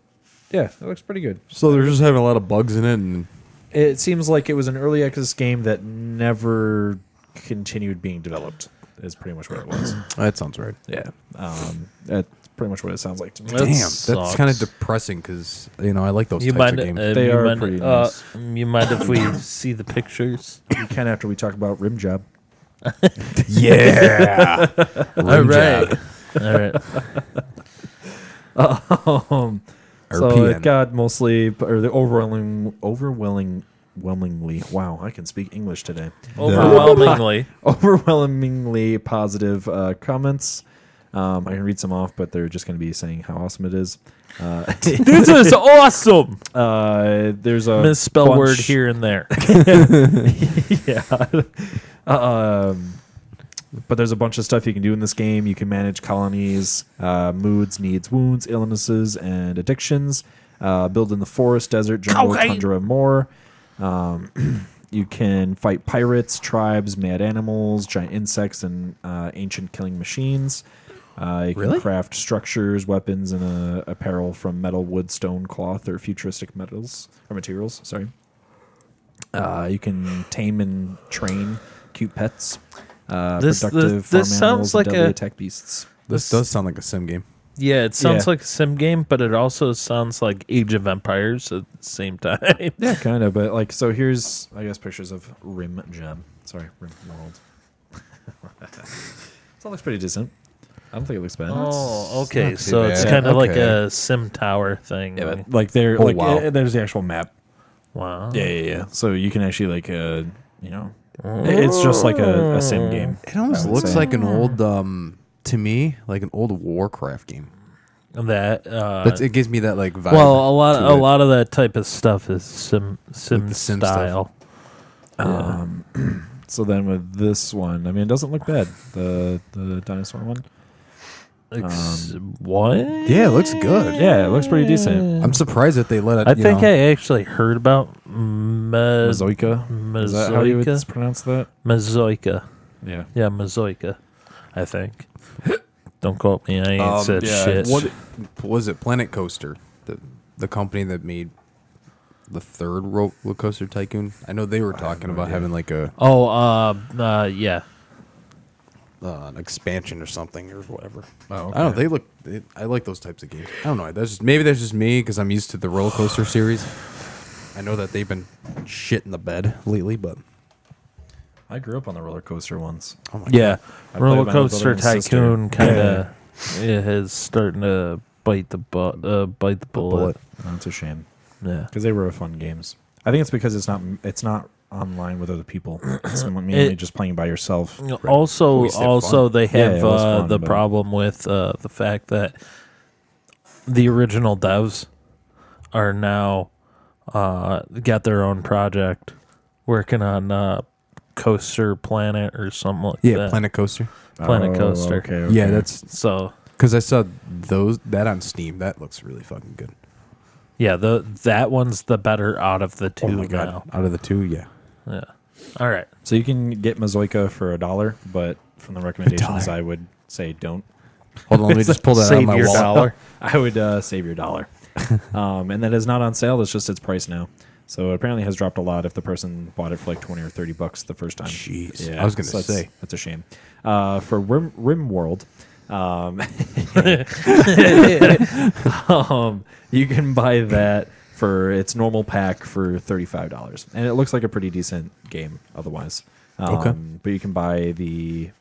[SPEAKER 4] Yeah, it looks pretty good.
[SPEAKER 2] So they're just having a lot of bugs in it, and
[SPEAKER 4] It seems like it was an early access game that never continued being developed. Is pretty much what it was.
[SPEAKER 2] that sounds right.
[SPEAKER 4] Yeah, um, that's pretty much what it sounds like to me.
[SPEAKER 1] That
[SPEAKER 2] Damn,
[SPEAKER 1] sucks.
[SPEAKER 2] that's kind of depressing because you know I like those
[SPEAKER 1] You
[SPEAKER 2] types
[SPEAKER 1] mind?
[SPEAKER 2] of games.
[SPEAKER 1] uh,
[SPEAKER 4] They
[SPEAKER 1] you
[SPEAKER 4] are
[SPEAKER 1] mind,
[SPEAKER 4] pretty
[SPEAKER 1] uh,
[SPEAKER 4] nice.
[SPEAKER 1] You mind if we see the pictures?
[SPEAKER 4] We can after we talk about rim job.
[SPEAKER 2] yeah, all right,
[SPEAKER 1] All right.
[SPEAKER 4] Um, so it got mostly, or the overwhelming, overwhelming, overwhelmingly. Wow, I can speak English today.
[SPEAKER 1] Overwhelmingly,
[SPEAKER 4] Overwhelmingly positive uh, comments. Um, I can read some off, but they're just going to be saying how awesome it is. Uh,
[SPEAKER 1] this is awesome.
[SPEAKER 4] uh, there's a
[SPEAKER 1] Misspell
[SPEAKER 4] bunch-
[SPEAKER 1] word here and there.
[SPEAKER 4] yeah. um, but there's a bunch of stuff you can do in this game. You can manage colonies, uh, moods, needs, wounds, illnesses, and addictions. Uh, build in the forest, desert, jungle,
[SPEAKER 1] Cocaine.
[SPEAKER 4] tundra, and more. Um, you can fight pirates, tribes, mad animals, giant insects, and uh, ancient killing machines. Uh, you can
[SPEAKER 2] Really?
[SPEAKER 4] craft structures, weapons, and uh, apparel from metal, wood, stone, cloth, or futuristic metals or materials. Sorry. Uh, you can tame and train cute pets. Uh,
[SPEAKER 1] This- this-
[SPEAKER 4] productive farm
[SPEAKER 1] this sounds
[SPEAKER 4] animals
[SPEAKER 1] like
[SPEAKER 4] and deadly
[SPEAKER 1] a-
[SPEAKER 4] attack beasts.
[SPEAKER 2] this does sound like a sim game.
[SPEAKER 1] Yeah, it sounds
[SPEAKER 4] Yeah.
[SPEAKER 1] like a sim game, but it also sounds like Age of Empires at the same time.
[SPEAKER 4] Yeah, kind of. But like, so here's I guess pictures of Rim Gem. Sorry, Rim World. that looks pretty decent. I don't think it looks bad.
[SPEAKER 1] Oh, okay.
[SPEAKER 2] not too
[SPEAKER 1] So it's
[SPEAKER 2] bad.
[SPEAKER 1] kind of like
[SPEAKER 2] Okay.
[SPEAKER 1] a sim tower thing.
[SPEAKER 4] Yeah, but like there,
[SPEAKER 2] Oh,
[SPEAKER 4] like
[SPEAKER 2] wow.
[SPEAKER 4] uh, there's the actual map.
[SPEAKER 1] wow.
[SPEAKER 4] Yeah, yeah, yeah. Um, So you can actually like, uh, you know, it's just like a, a sim game.
[SPEAKER 2] It almost
[SPEAKER 4] I would
[SPEAKER 2] looks
[SPEAKER 4] say.
[SPEAKER 2] like an old, um, to me, like an old Warcraft game.
[SPEAKER 1] That uh,
[SPEAKER 2] That's, it gives me that like vibe.
[SPEAKER 1] well, a lot
[SPEAKER 2] to
[SPEAKER 1] a
[SPEAKER 2] it.
[SPEAKER 1] lot of that type of stuff is sim sim
[SPEAKER 2] the sim stuff.
[SPEAKER 1] style.
[SPEAKER 4] Um, so then with this one, I mean, it doesn't look bad. The the dinosaur one.
[SPEAKER 2] Um,
[SPEAKER 1] Ex- what?
[SPEAKER 2] Yeah, it looks good.
[SPEAKER 4] Yeah, it looks pretty decent.
[SPEAKER 2] I'm surprised that they let it.
[SPEAKER 1] I
[SPEAKER 2] you
[SPEAKER 1] think
[SPEAKER 2] know-
[SPEAKER 1] I actually heard about me-
[SPEAKER 4] Mazoika. Is that how you would
[SPEAKER 1] Mazoika?
[SPEAKER 4] s- pronounce that?
[SPEAKER 1] Mazoika.
[SPEAKER 4] Yeah.
[SPEAKER 1] Yeah, Mazoika, I think. Don't quote me. I ain't
[SPEAKER 2] Um,
[SPEAKER 1] said
[SPEAKER 2] yeah,
[SPEAKER 1] shit.
[SPEAKER 2] What was it? Planet Coaster, the the company that made the third roller coaster tycoon. I know they were talking about having like a
[SPEAKER 1] Oh, uh, uh, yeah.
[SPEAKER 2] uh, an expansion or something or whatever.
[SPEAKER 4] Oh,
[SPEAKER 2] I don't. know. They look. They, I like those types of games. I don't know. That's just maybe that's just me because I'm used to the roller coaster series. I know that they've been shit in the bed lately, but
[SPEAKER 4] I grew up on the roller coaster ones.
[SPEAKER 2] oh my
[SPEAKER 1] Yeah,
[SPEAKER 4] I played
[SPEAKER 1] roller
[SPEAKER 4] mine with
[SPEAKER 1] coaster
[SPEAKER 4] brother and sister.
[SPEAKER 1] tycoon kind of it is starting to bite the bu- uh, bite the bullet.
[SPEAKER 2] bullet.
[SPEAKER 4] That's uh, a shame
[SPEAKER 1] Yeah,
[SPEAKER 4] because they were fun games. I think it's because it's not it's not online with other people. It's mainly
[SPEAKER 1] It-
[SPEAKER 4] just playing by yourself.
[SPEAKER 1] Also,
[SPEAKER 2] We said
[SPEAKER 1] also
[SPEAKER 2] fun.
[SPEAKER 1] they
[SPEAKER 4] Yeah,
[SPEAKER 1] have
[SPEAKER 4] it was
[SPEAKER 1] uh,
[SPEAKER 4] fun,
[SPEAKER 1] the
[SPEAKER 4] but-
[SPEAKER 1] problem with uh, the fact that the original devs are now uh, got their own project working on uh, Coaster Planet or something like
[SPEAKER 2] Yeah,
[SPEAKER 1] that.
[SPEAKER 2] Planet Coaster.
[SPEAKER 1] Planet
[SPEAKER 4] Oh,
[SPEAKER 1] Coaster.
[SPEAKER 4] Okay, okay.
[SPEAKER 2] Yeah, that's
[SPEAKER 1] So
[SPEAKER 2] because I saw those that on Steam. That looks really fucking good.
[SPEAKER 1] yeah, the that one's the better out of the two.
[SPEAKER 2] Oh my god!
[SPEAKER 1] now.
[SPEAKER 2] Out of the two, yeah.
[SPEAKER 1] Yeah. All right.
[SPEAKER 4] so you can get Mazoika for a dollar, but from the recommendations, I would say don't.
[SPEAKER 2] Hold on, let me just pull that out of
[SPEAKER 1] Save
[SPEAKER 2] my
[SPEAKER 1] your
[SPEAKER 2] wallet.
[SPEAKER 1] dollar.
[SPEAKER 4] I would uh, save your dollar. um, and that is not on sale. It's just its price now. So it apparently has dropped a lot if the person bought it for like 20 or 30 bucks the first time.
[SPEAKER 2] Jeez. I was gonna
[SPEAKER 4] so
[SPEAKER 2] say.
[SPEAKER 4] That's, that's a shame. Uh, for Rim, Rim World, um, um, you can buy that for its normal pack for $35. And it looks like a pretty decent game otherwise. Um,
[SPEAKER 2] Okay.
[SPEAKER 4] But you can buy the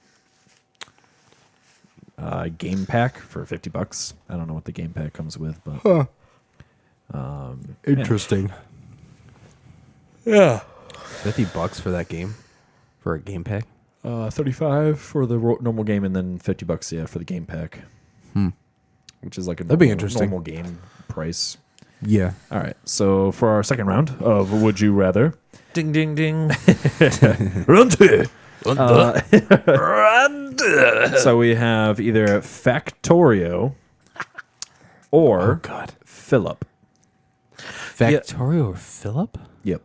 [SPEAKER 4] uh, game pack for 50 bucks. I don't know what the game pack comes with, but
[SPEAKER 2] Interesting. Yeah. Fifty bucks for that game, for a game pack.
[SPEAKER 4] uh, 35 for the ro- normal game and then 50 bucks yeah for the game pack. Which is like a
[SPEAKER 2] Hmm. That'd be
[SPEAKER 4] normal-
[SPEAKER 2] interesting.
[SPEAKER 4] normal game price.
[SPEAKER 2] Yeah.
[SPEAKER 4] All right. So for our second round of Would You Rather,
[SPEAKER 1] Ding ding ding.
[SPEAKER 4] round two. so we have either Factorio or
[SPEAKER 2] Oh, God.
[SPEAKER 4] Philip.
[SPEAKER 2] Factorio or Philip?
[SPEAKER 4] Yep.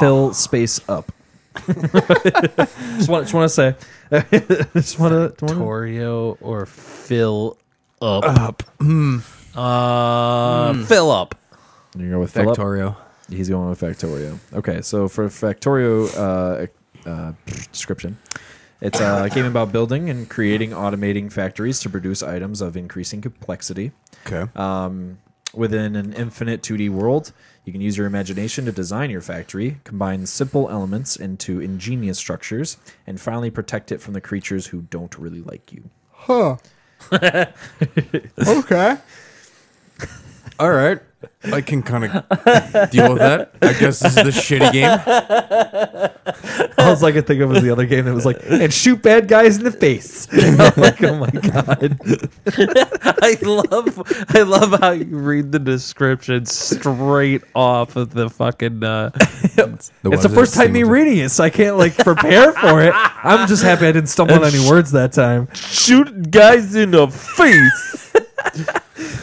[SPEAKER 4] Fill space up. just want, just want to say, just want to.
[SPEAKER 1] Torio or fill up. Up. Uh, fill up.
[SPEAKER 4] You go with Philip.
[SPEAKER 2] Factorio.
[SPEAKER 4] He's going with Factorio. Okay, so for Factorio uh, uh, description, It's a game about building and creating automating factories to produce items of increasing complexity.
[SPEAKER 2] Okay.
[SPEAKER 4] Um, within an infinite 2D world, you can use your imagination to design your factory, combine simple elements into ingenious structures, and finally protect it from the creatures who don't really like you.
[SPEAKER 2] Huh. okay. All right. I can kind of deal with that. I guess this is the shitty game.
[SPEAKER 3] All I could think of was the other game that was like, and shoot bad guys in the face. I'm like, oh my god.
[SPEAKER 1] I love I love how you read the description straight off of the fucking uh,
[SPEAKER 3] it's the first time me reading it, so I can't like prepare for it. I'm just happy I didn't stumble on any words that time.
[SPEAKER 1] shoot guys in the face.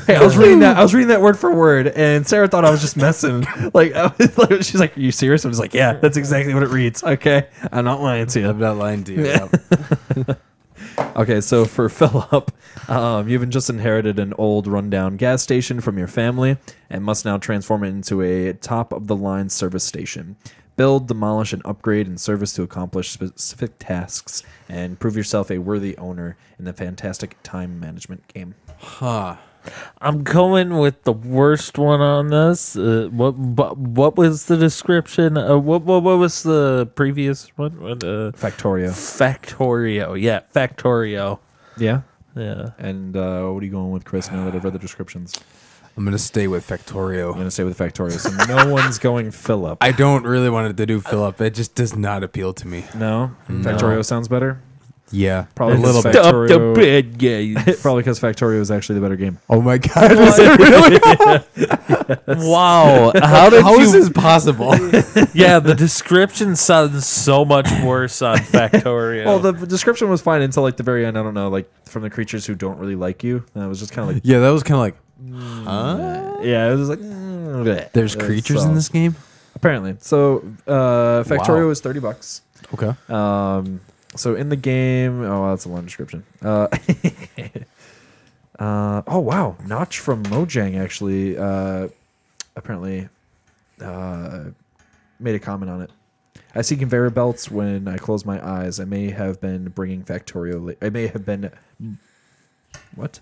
[SPEAKER 3] Hey, I was reading that. I was reading that word for word, and Sarah thought I was just messing. Like, I was, like she's like, "Are you serious?" I was like, "Yeah, that's exactly what it reads." Okay, I'm not lying to you.
[SPEAKER 2] I'm not lying to you.
[SPEAKER 4] Okay, so for Philip, um, you've just inherited an old, rundown gas station from your family and must now transform it into a top of the line service station. Build, demolish, and upgrade in service to accomplish specific tasks and prove yourself a worthy owner in the fantastic time management game.
[SPEAKER 2] Huh.
[SPEAKER 1] I'm going with the worst one on this. Uh, what, what what was the description? Uh, what, what what was the previous one? What, uh,
[SPEAKER 4] Factorio.
[SPEAKER 1] Factorio. Yeah, Factorio.
[SPEAKER 4] Yeah.
[SPEAKER 1] Yeah.
[SPEAKER 4] And uh, what are you going with, Chris, now that I've read the descriptions?
[SPEAKER 2] I'm going to stay with
[SPEAKER 4] I'm
[SPEAKER 2] Factorio.
[SPEAKER 4] going to say with Factorio. So no one's going Philip.
[SPEAKER 2] I don't really want to do Philip. It just does not appeal to me.
[SPEAKER 4] No? Factorio sounds better?
[SPEAKER 2] Yeah.
[SPEAKER 4] Probably
[SPEAKER 2] a little bit.
[SPEAKER 4] just fact-
[SPEAKER 1] Stop the
[SPEAKER 4] Factorio.
[SPEAKER 1] bad guys.
[SPEAKER 4] Probably because Factorio is actually the better game.
[SPEAKER 2] Oh my God. Is it really?
[SPEAKER 1] wow. How did
[SPEAKER 2] How
[SPEAKER 1] you
[SPEAKER 2] is this possible?
[SPEAKER 1] yeah, the description sounds so much worse on Factorio.
[SPEAKER 4] Well, Oh, the description was fine until like the very end. I don't know, like from the creatures who don't really like you. And it was just kind of like,
[SPEAKER 2] yeah, that was kind of like, Hmm. huh?
[SPEAKER 4] yeah, it was like. mm, bleh.
[SPEAKER 2] There's
[SPEAKER 4] That's
[SPEAKER 2] creatures
[SPEAKER 4] all.
[SPEAKER 2] in this game?
[SPEAKER 4] Apparently, so uh, Factorio
[SPEAKER 2] Wow.
[SPEAKER 4] is thirty bucks.
[SPEAKER 2] Okay.
[SPEAKER 4] Um, so in the game, oh, that's a long description. Uh, uh, oh wow, Notch from Mojang actually uh, apparently uh, made a comment on it. I see conveyor belts when I close my eyes. I may have been bringing Factorio. la- I may have been what?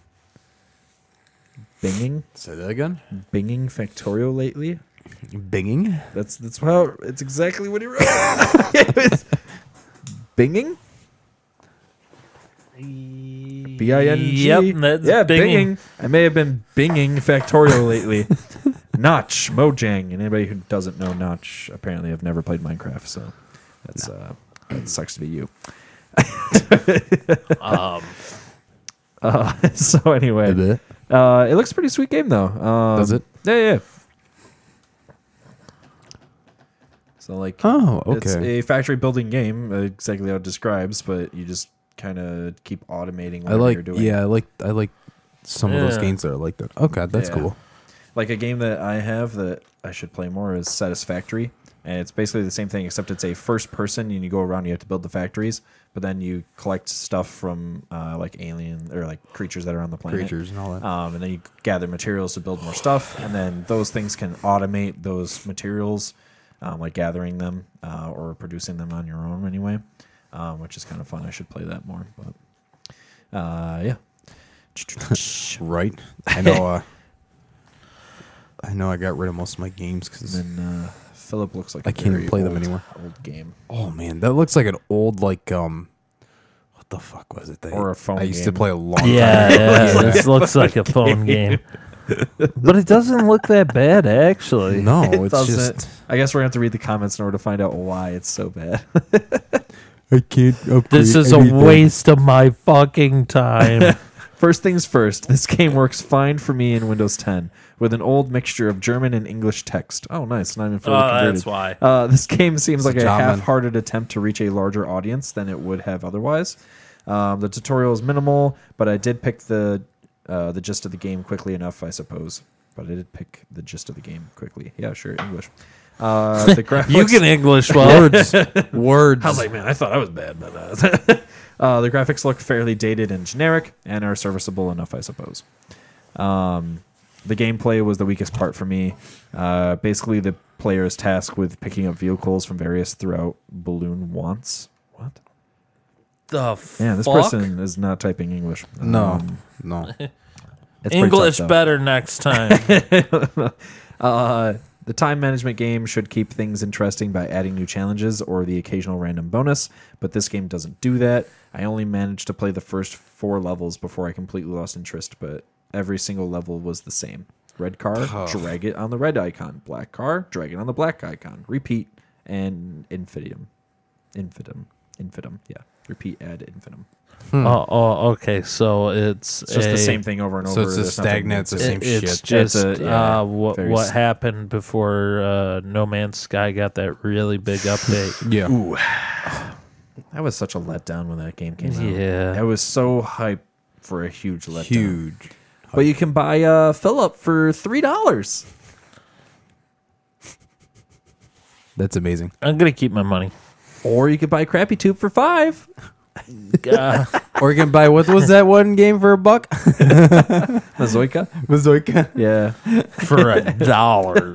[SPEAKER 4] Binging,
[SPEAKER 2] Say that again.
[SPEAKER 4] binging Factorio lately.
[SPEAKER 2] Binging?
[SPEAKER 4] That's that's how. It's exactly what he wrote. It's binging. B I N G.
[SPEAKER 1] Yep, that's
[SPEAKER 4] yeah,
[SPEAKER 1] binging.
[SPEAKER 4] binging. I may have been binging Factorio lately. Notch, Mojang, and anybody who doesn't know Notch apparently have never played Minecraft, so that's uh, that sucks to be you.
[SPEAKER 1] um,
[SPEAKER 4] Uh, so anyway, Uh, it looks pretty sweet game though. Um,
[SPEAKER 2] Does it?
[SPEAKER 4] Yeah, yeah. So like,
[SPEAKER 2] Oh,
[SPEAKER 4] it's
[SPEAKER 2] okay.
[SPEAKER 4] a factory building game, uh, exactly how it describes, but you just kind of keep automating.
[SPEAKER 2] I
[SPEAKER 4] Whatever
[SPEAKER 2] like,
[SPEAKER 4] you're doing.
[SPEAKER 2] yeah, I like, I like some of those
[SPEAKER 1] Yeah.
[SPEAKER 2] games that are like that. Okay, that's
[SPEAKER 4] Yeah.
[SPEAKER 2] cool.
[SPEAKER 4] Like a game that I have that I should play more is Satisfactory, and it's basically the same thing except it's a first person, and you go around. and You have to build the factories, but then you collect stuff from uh, like alien or like creatures that are on the planet.
[SPEAKER 2] Creatures and all that.
[SPEAKER 4] um, and then you gather materials to build more stuff, and then those things can automate those materials, um, like gathering them uh, or producing them on your own anyway, um, which is kind of fun. I should play that more, but uh, yeah.
[SPEAKER 2] right? I know. Uh, I know. I got rid of most of my games because.
[SPEAKER 4] and then uh, Philip looks like
[SPEAKER 2] I
[SPEAKER 4] a
[SPEAKER 2] can't even
[SPEAKER 4] very
[SPEAKER 2] play them
[SPEAKER 4] old-
[SPEAKER 2] anymore.
[SPEAKER 4] Old game.
[SPEAKER 2] Oh man, that looks like an old like um, what the fuck was it? That
[SPEAKER 4] Or a phone
[SPEAKER 2] I used to
[SPEAKER 4] game.
[SPEAKER 2] play a long time.
[SPEAKER 1] yeah,
[SPEAKER 2] ago.
[SPEAKER 1] yeah, this looks like a phone game. But it doesn't look that bad, actually.
[SPEAKER 2] No,
[SPEAKER 4] It
[SPEAKER 2] Oh, it's
[SPEAKER 4] doesn't-
[SPEAKER 2] just
[SPEAKER 4] I guess we're gonna have to read the comments in order to find out why it's so bad.
[SPEAKER 2] I can't. Upgrade
[SPEAKER 1] This is a
[SPEAKER 2] anything.
[SPEAKER 1] waste of my fucking time.
[SPEAKER 4] First things first, this game works fine for me in Windows 10 with an old mixture of German and English text. Oh, nice. Not even fully converted.
[SPEAKER 1] why.
[SPEAKER 4] Uh, this game seems like a
[SPEAKER 2] German.
[SPEAKER 4] half-hearted attempt to reach a larger audience than it would have otherwise. Um, the tutorial is minimal, but I did pick the uh, the gist of the game quickly enough, I suppose. But I did pick the gist of the game quickly. Yeah, sure, English. Uh, the graphics.
[SPEAKER 1] You can English well.
[SPEAKER 2] words. words.
[SPEAKER 4] I was like, man, I thought I was bad, but uh, uh, the graphics look fairly dated and generic, and are serviceable enough, I suppose. Um, the gameplay was the weakest part for me. Uh, basically, the player is tasked with picking up vehicles from various throughout Balloon Wants. What?
[SPEAKER 1] the fuck?
[SPEAKER 4] Man, this person is not typing English.
[SPEAKER 2] No,
[SPEAKER 4] Um,
[SPEAKER 2] no.
[SPEAKER 4] it's pretty
[SPEAKER 1] English
[SPEAKER 4] tough, though.
[SPEAKER 1] better next time.
[SPEAKER 4] Uh, the time management game should keep things interesting by adding new challenges or the occasional random bonus, but this game doesn't do that. I only managed to play the first four levels before I completely lost interest, but every single level was the same. Red car, drag it on the red icon. Black car, drag it on the black icon. Repeat and infinitum. Infinitum. Infinitum. Yeah. Repeat ad infinitum.
[SPEAKER 1] oh, oh, okay, so it's,
[SPEAKER 4] It's just
[SPEAKER 1] a-
[SPEAKER 4] the same thing over and
[SPEAKER 2] So
[SPEAKER 4] over.
[SPEAKER 2] it's a
[SPEAKER 4] There's nothing
[SPEAKER 2] stagnant,
[SPEAKER 4] new
[SPEAKER 2] it's
[SPEAKER 4] to
[SPEAKER 2] the
[SPEAKER 1] it-
[SPEAKER 2] same
[SPEAKER 1] it's
[SPEAKER 2] shit.
[SPEAKER 1] just
[SPEAKER 4] It's a- yeah,
[SPEAKER 1] uh, what
[SPEAKER 4] very
[SPEAKER 1] what
[SPEAKER 4] s-
[SPEAKER 1] happened before uh, No Man's Sky got that really big update.
[SPEAKER 2] Yeah.
[SPEAKER 4] That was such a letdown when that game came out.
[SPEAKER 1] Yeah.
[SPEAKER 4] I was so hyped for a huge letdown.
[SPEAKER 2] Huge.
[SPEAKER 4] But you can buy uh, Philip for three dollars.
[SPEAKER 2] That's amazing.
[SPEAKER 1] I'm gonna keep my money.
[SPEAKER 4] Or you could buy Crappy Tube for five.
[SPEAKER 1] Uh,
[SPEAKER 2] or you can buy what was that one game for a buck?
[SPEAKER 4] Mazoika?
[SPEAKER 2] Mazoika.
[SPEAKER 4] Yeah.
[SPEAKER 1] for a dollar.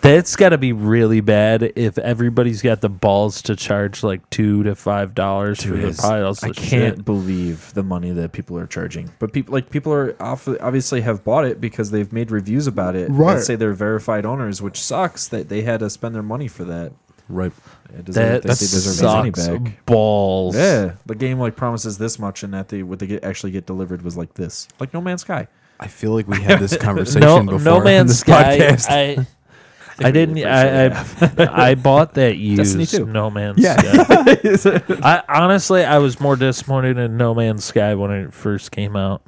[SPEAKER 1] That's got to be really bad if everybody's got the balls to charge like two to five dollars for the
[SPEAKER 2] it's-
[SPEAKER 1] piles.
[SPEAKER 4] I
[SPEAKER 1] of
[SPEAKER 4] can't
[SPEAKER 1] shit.
[SPEAKER 4] believe the money that people are charging. But people like people are off, obviously have bought it because they've made reviews about it.
[SPEAKER 2] Right.
[SPEAKER 4] That say they're verified owners, which sucks that they had to spend their money for that.
[SPEAKER 2] Right.
[SPEAKER 4] It deserve,
[SPEAKER 1] That
[SPEAKER 4] they deserve their money
[SPEAKER 1] sucks
[SPEAKER 4] back.
[SPEAKER 1] balls.
[SPEAKER 4] Yeah, the game like promises this much, and that they what they get, actually get delivered was like this, like No Man's Sky.
[SPEAKER 2] I feel like we had this conversation
[SPEAKER 1] No,
[SPEAKER 2] before.
[SPEAKER 1] no
[SPEAKER 2] on
[SPEAKER 1] man's
[SPEAKER 2] this
[SPEAKER 1] sky.
[SPEAKER 2] podcast.
[SPEAKER 1] I, I,
[SPEAKER 4] we
[SPEAKER 1] didn't.
[SPEAKER 4] really
[SPEAKER 1] I, I I bought that
[SPEAKER 4] Destiny
[SPEAKER 1] used
[SPEAKER 4] 2.
[SPEAKER 1] No Man's Sky. I honestly, I was more disappointed in No Man's Sky when it first came out.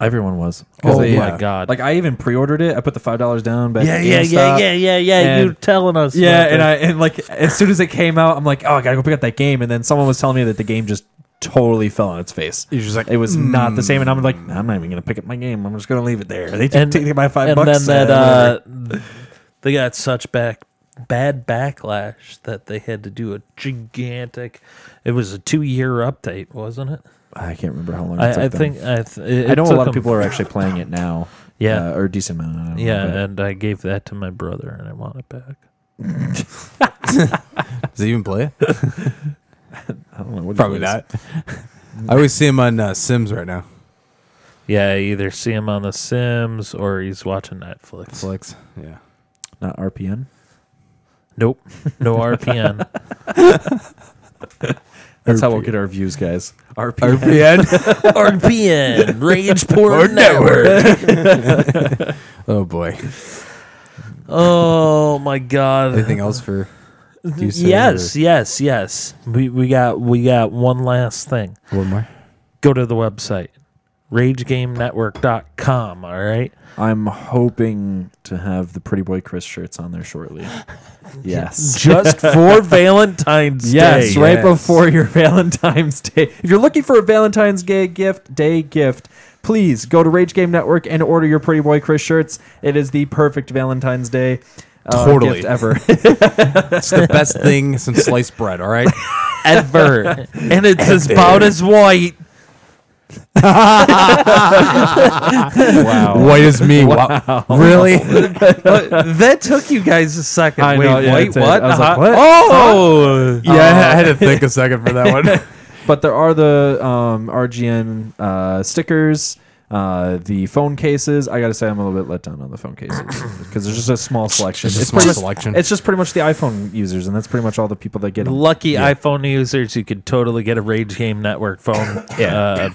[SPEAKER 4] Everyone was.
[SPEAKER 1] Oh
[SPEAKER 2] they,
[SPEAKER 1] my
[SPEAKER 2] uh,
[SPEAKER 1] god!
[SPEAKER 4] Like I even pre-ordered it. I put the five dollars down. Back
[SPEAKER 1] yeah,
[SPEAKER 4] at
[SPEAKER 1] yeah, yeah,
[SPEAKER 4] GameStop.
[SPEAKER 1] yeah, yeah, yeah.
[SPEAKER 4] and-
[SPEAKER 1] You telling us?
[SPEAKER 4] Yeah,
[SPEAKER 1] about
[SPEAKER 4] and
[SPEAKER 1] that.
[SPEAKER 4] I and like as soon as it came out, I'm like, oh, I gotta go pick up that game. And then someone was telling me that the game just totally fell on its face.
[SPEAKER 2] You're just like, hmm.
[SPEAKER 4] It was not the same, and I'm like, "Nah, I'm not even gonna pick up my game. I'm just gonna leave it there. They took
[SPEAKER 1] And-
[SPEAKER 4] take my five
[SPEAKER 1] and
[SPEAKER 4] bucks.
[SPEAKER 1] then that
[SPEAKER 4] uh,
[SPEAKER 1] uh, they got such back bad backlash that they had to do a gigantic. It was a two-year update, wasn't it?
[SPEAKER 4] I can't remember how long. It took
[SPEAKER 1] uh, I, I
[SPEAKER 4] them.
[SPEAKER 1] think I. Th- it-
[SPEAKER 4] I
[SPEAKER 1] it
[SPEAKER 4] know a
[SPEAKER 1] took
[SPEAKER 4] lot
[SPEAKER 1] them-
[SPEAKER 4] of people are actually playing it now.
[SPEAKER 1] Yeah.
[SPEAKER 4] uh, or a decent amount. I don't know,
[SPEAKER 1] Yeah,
[SPEAKER 4] but-
[SPEAKER 1] and I gave that to my brother, and I want it back.
[SPEAKER 2] Does he even play it?
[SPEAKER 4] I don't know. What it
[SPEAKER 2] Probably
[SPEAKER 4] was.
[SPEAKER 2] not. I always see him on uh, Sims right now.
[SPEAKER 1] Yeah, I either see him on The Sims or he's watching Netflix.
[SPEAKER 2] Flex. Yeah.
[SPEAKER 4] Not RPN.
[SPEAKER 1] nope, no RPN.
[SPEAKER 4] That's how we'll
[SPEAKER 2] RPN.
[SPEAKER 4] get our views, guys.
[SPEAKER 2] RPN.
[SPEAKER 4] RPN.
[SPEAKER 1] RPN, Rage
[SPEAKER 2] Or
[SPEAKER 1] Porn Network.
[SPEAKER 2] oh boy.
[SPEAKER 1] Oh my god.
[SPEAKER 2] Anything else for you? Sam,
[SPEAKER 1] yes, yes, yes. We we got we got one last thing.
[SPEAKER 2] or One more.
[SPEAKER 1] Go to the website, RageGameNetwork.com. All right.
[SPEAKER 4] I'm hoping to have the Pretty Boy Chris shirts on there shortly. Yes.
[SPEAKER 1] Just for Valentine's
[SPEAKER 4] Yes,
[SPEAKER 1] Day.
[SPEAKER 4] right
[SPEAKER 2] yes.
[SPEAKER 4] before your Valentine's Day. If you're looking for a Valentine's Day gift, day gift, please go to Rage Game Network and order your Pretty Boy Chris shirts. It is the perfect Valentine's Day uh,
[SPEAKER 2] Totally.
[SPEAKER 4] gift ever.
[SPEAKER 2] It's the best thing since sliced bread. All right.
[SPEAKER 1] Ever. and it's as about as white.
[SPEAKER 4] wow.
[SPEAKER 2] White as me. Wow. Really?
[SPEAKER 1] that took you guys a second.
[SPEAKER 4] I
[SPEAKER 1] Wait,
[SPEAKER 4] know, yeah,
[SPEAKER 1] wait,
[SPEAKER 4] it did.
[SPEAKER 1] what?
[SPEAKER 4] I was like,
[SPEAKER 1] Huh?
[SPEAKER 4] what?
[SPEAKER 1] Oh,
[SPEAKER 2] Yeah, I had to think a second for that one.
[SPEAKER 4] But there are the um, RGN uh, stickers. Uh, the phone cases. I gotta say, I'm a little bit let down on the phone cases because there's just a small selection.
[SPEAKER 2] It's a
[SPEAKER 4] pretty
[SPEAKER 2] small
[SPEAKER 4] much-
[SPEAKER 2] selection.
[SPEAKER 4] It's just pretty much the iPhone users, and that's pretty much all the people that get them.
[SPEAKER 1] lucky iPhone users, you could totally get a Rage Game Network phone.
[SPEAKER 4] Yeah.
[SPEAKER 1] uh,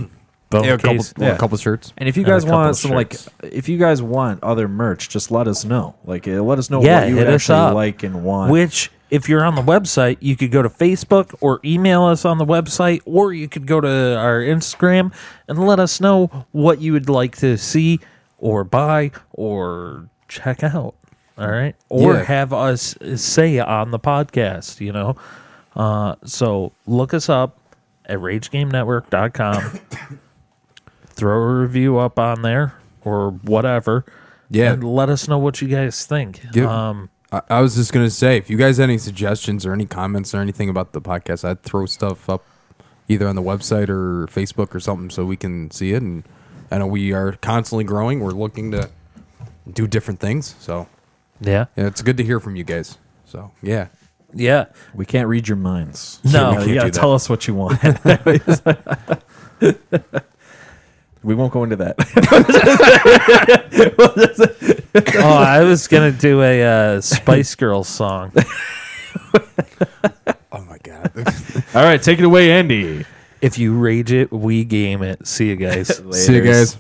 [SPEAKER 1] phone
[SPEAKER 2] Yeah, a couple,
[SPEAKER 1] case.
[SPEAKER 4] Yeah.
[SPEAKER 2] a couple shirts.
[SPEAKER 4] And if you
[SPEAKER 1] And a
[SPEAKER 4] guys
[SPEAKER 1] couple
[SPEAKER 4] want
[SPEAKER 1] of
[SPEAKER 4] some, like,
[SPEAKER 1] shirts.
[SPEAKER 4] if you guys want other merch, just let us know. Like, uh, let us know
[SPEAKER 1] Yeah,
[SPEAKER 4] what you
[SPEAKER 1] hit us
[SPEAKER 4] actually
[SPEAKER 1] up.
[SPEAKER 4] like and want.
[SPEAKER 1] Which, if you're on the website, you could go to Facebook or email us on the website, or you could go to our Instagram and let us know what you would like to see, or buy, or check out. All right, or
[SPEAKER 2] Yeah.
[SPEAKER 1] have us say on the podcast. You know, uh, so look us up at RageGameNetwork.com. Throw a review up on there or whatever.
[SPEAKER 2] Yeah.
[SPEAKER 1] and let us know what you guys think.
[SPEAKER 2] Give-
[SPEAKER 1] Um,
[SPEAKER 2] I, I was just gonna say, if you guys had any suggestions or any comments or anything about the podcast, I'd throw stuff up either on the website or Facebook or something so we can see it. And I know we are constantly growing. We're looking to do different things, so
[SPEAKER 1] yeah.
[SPEAKER 2] yeah, it's good to hear from you guys. So yeah,
[SPEAKER 1] Yeah.
[SPEAKER 4] We can't read your minds.
[SPEAKER 1] No,
[SPEAKER 4] you
[SPEAKER 1] we
[SPEAKER 4] gotta
[SPEAKER 2] can't do
[SPEAKER 4] tell us what you want. we won't go into that.
[SPEAKER 1] oh, I was gonna do a uh, Spice Girls song.
[SPEAKER 2] Oh my god.
[SPEAKER 4] All right, take it away, Andy.
[SPEAKER 1] If you rage it, we game it. See you guys.
[SPEAKER 2] See you guys.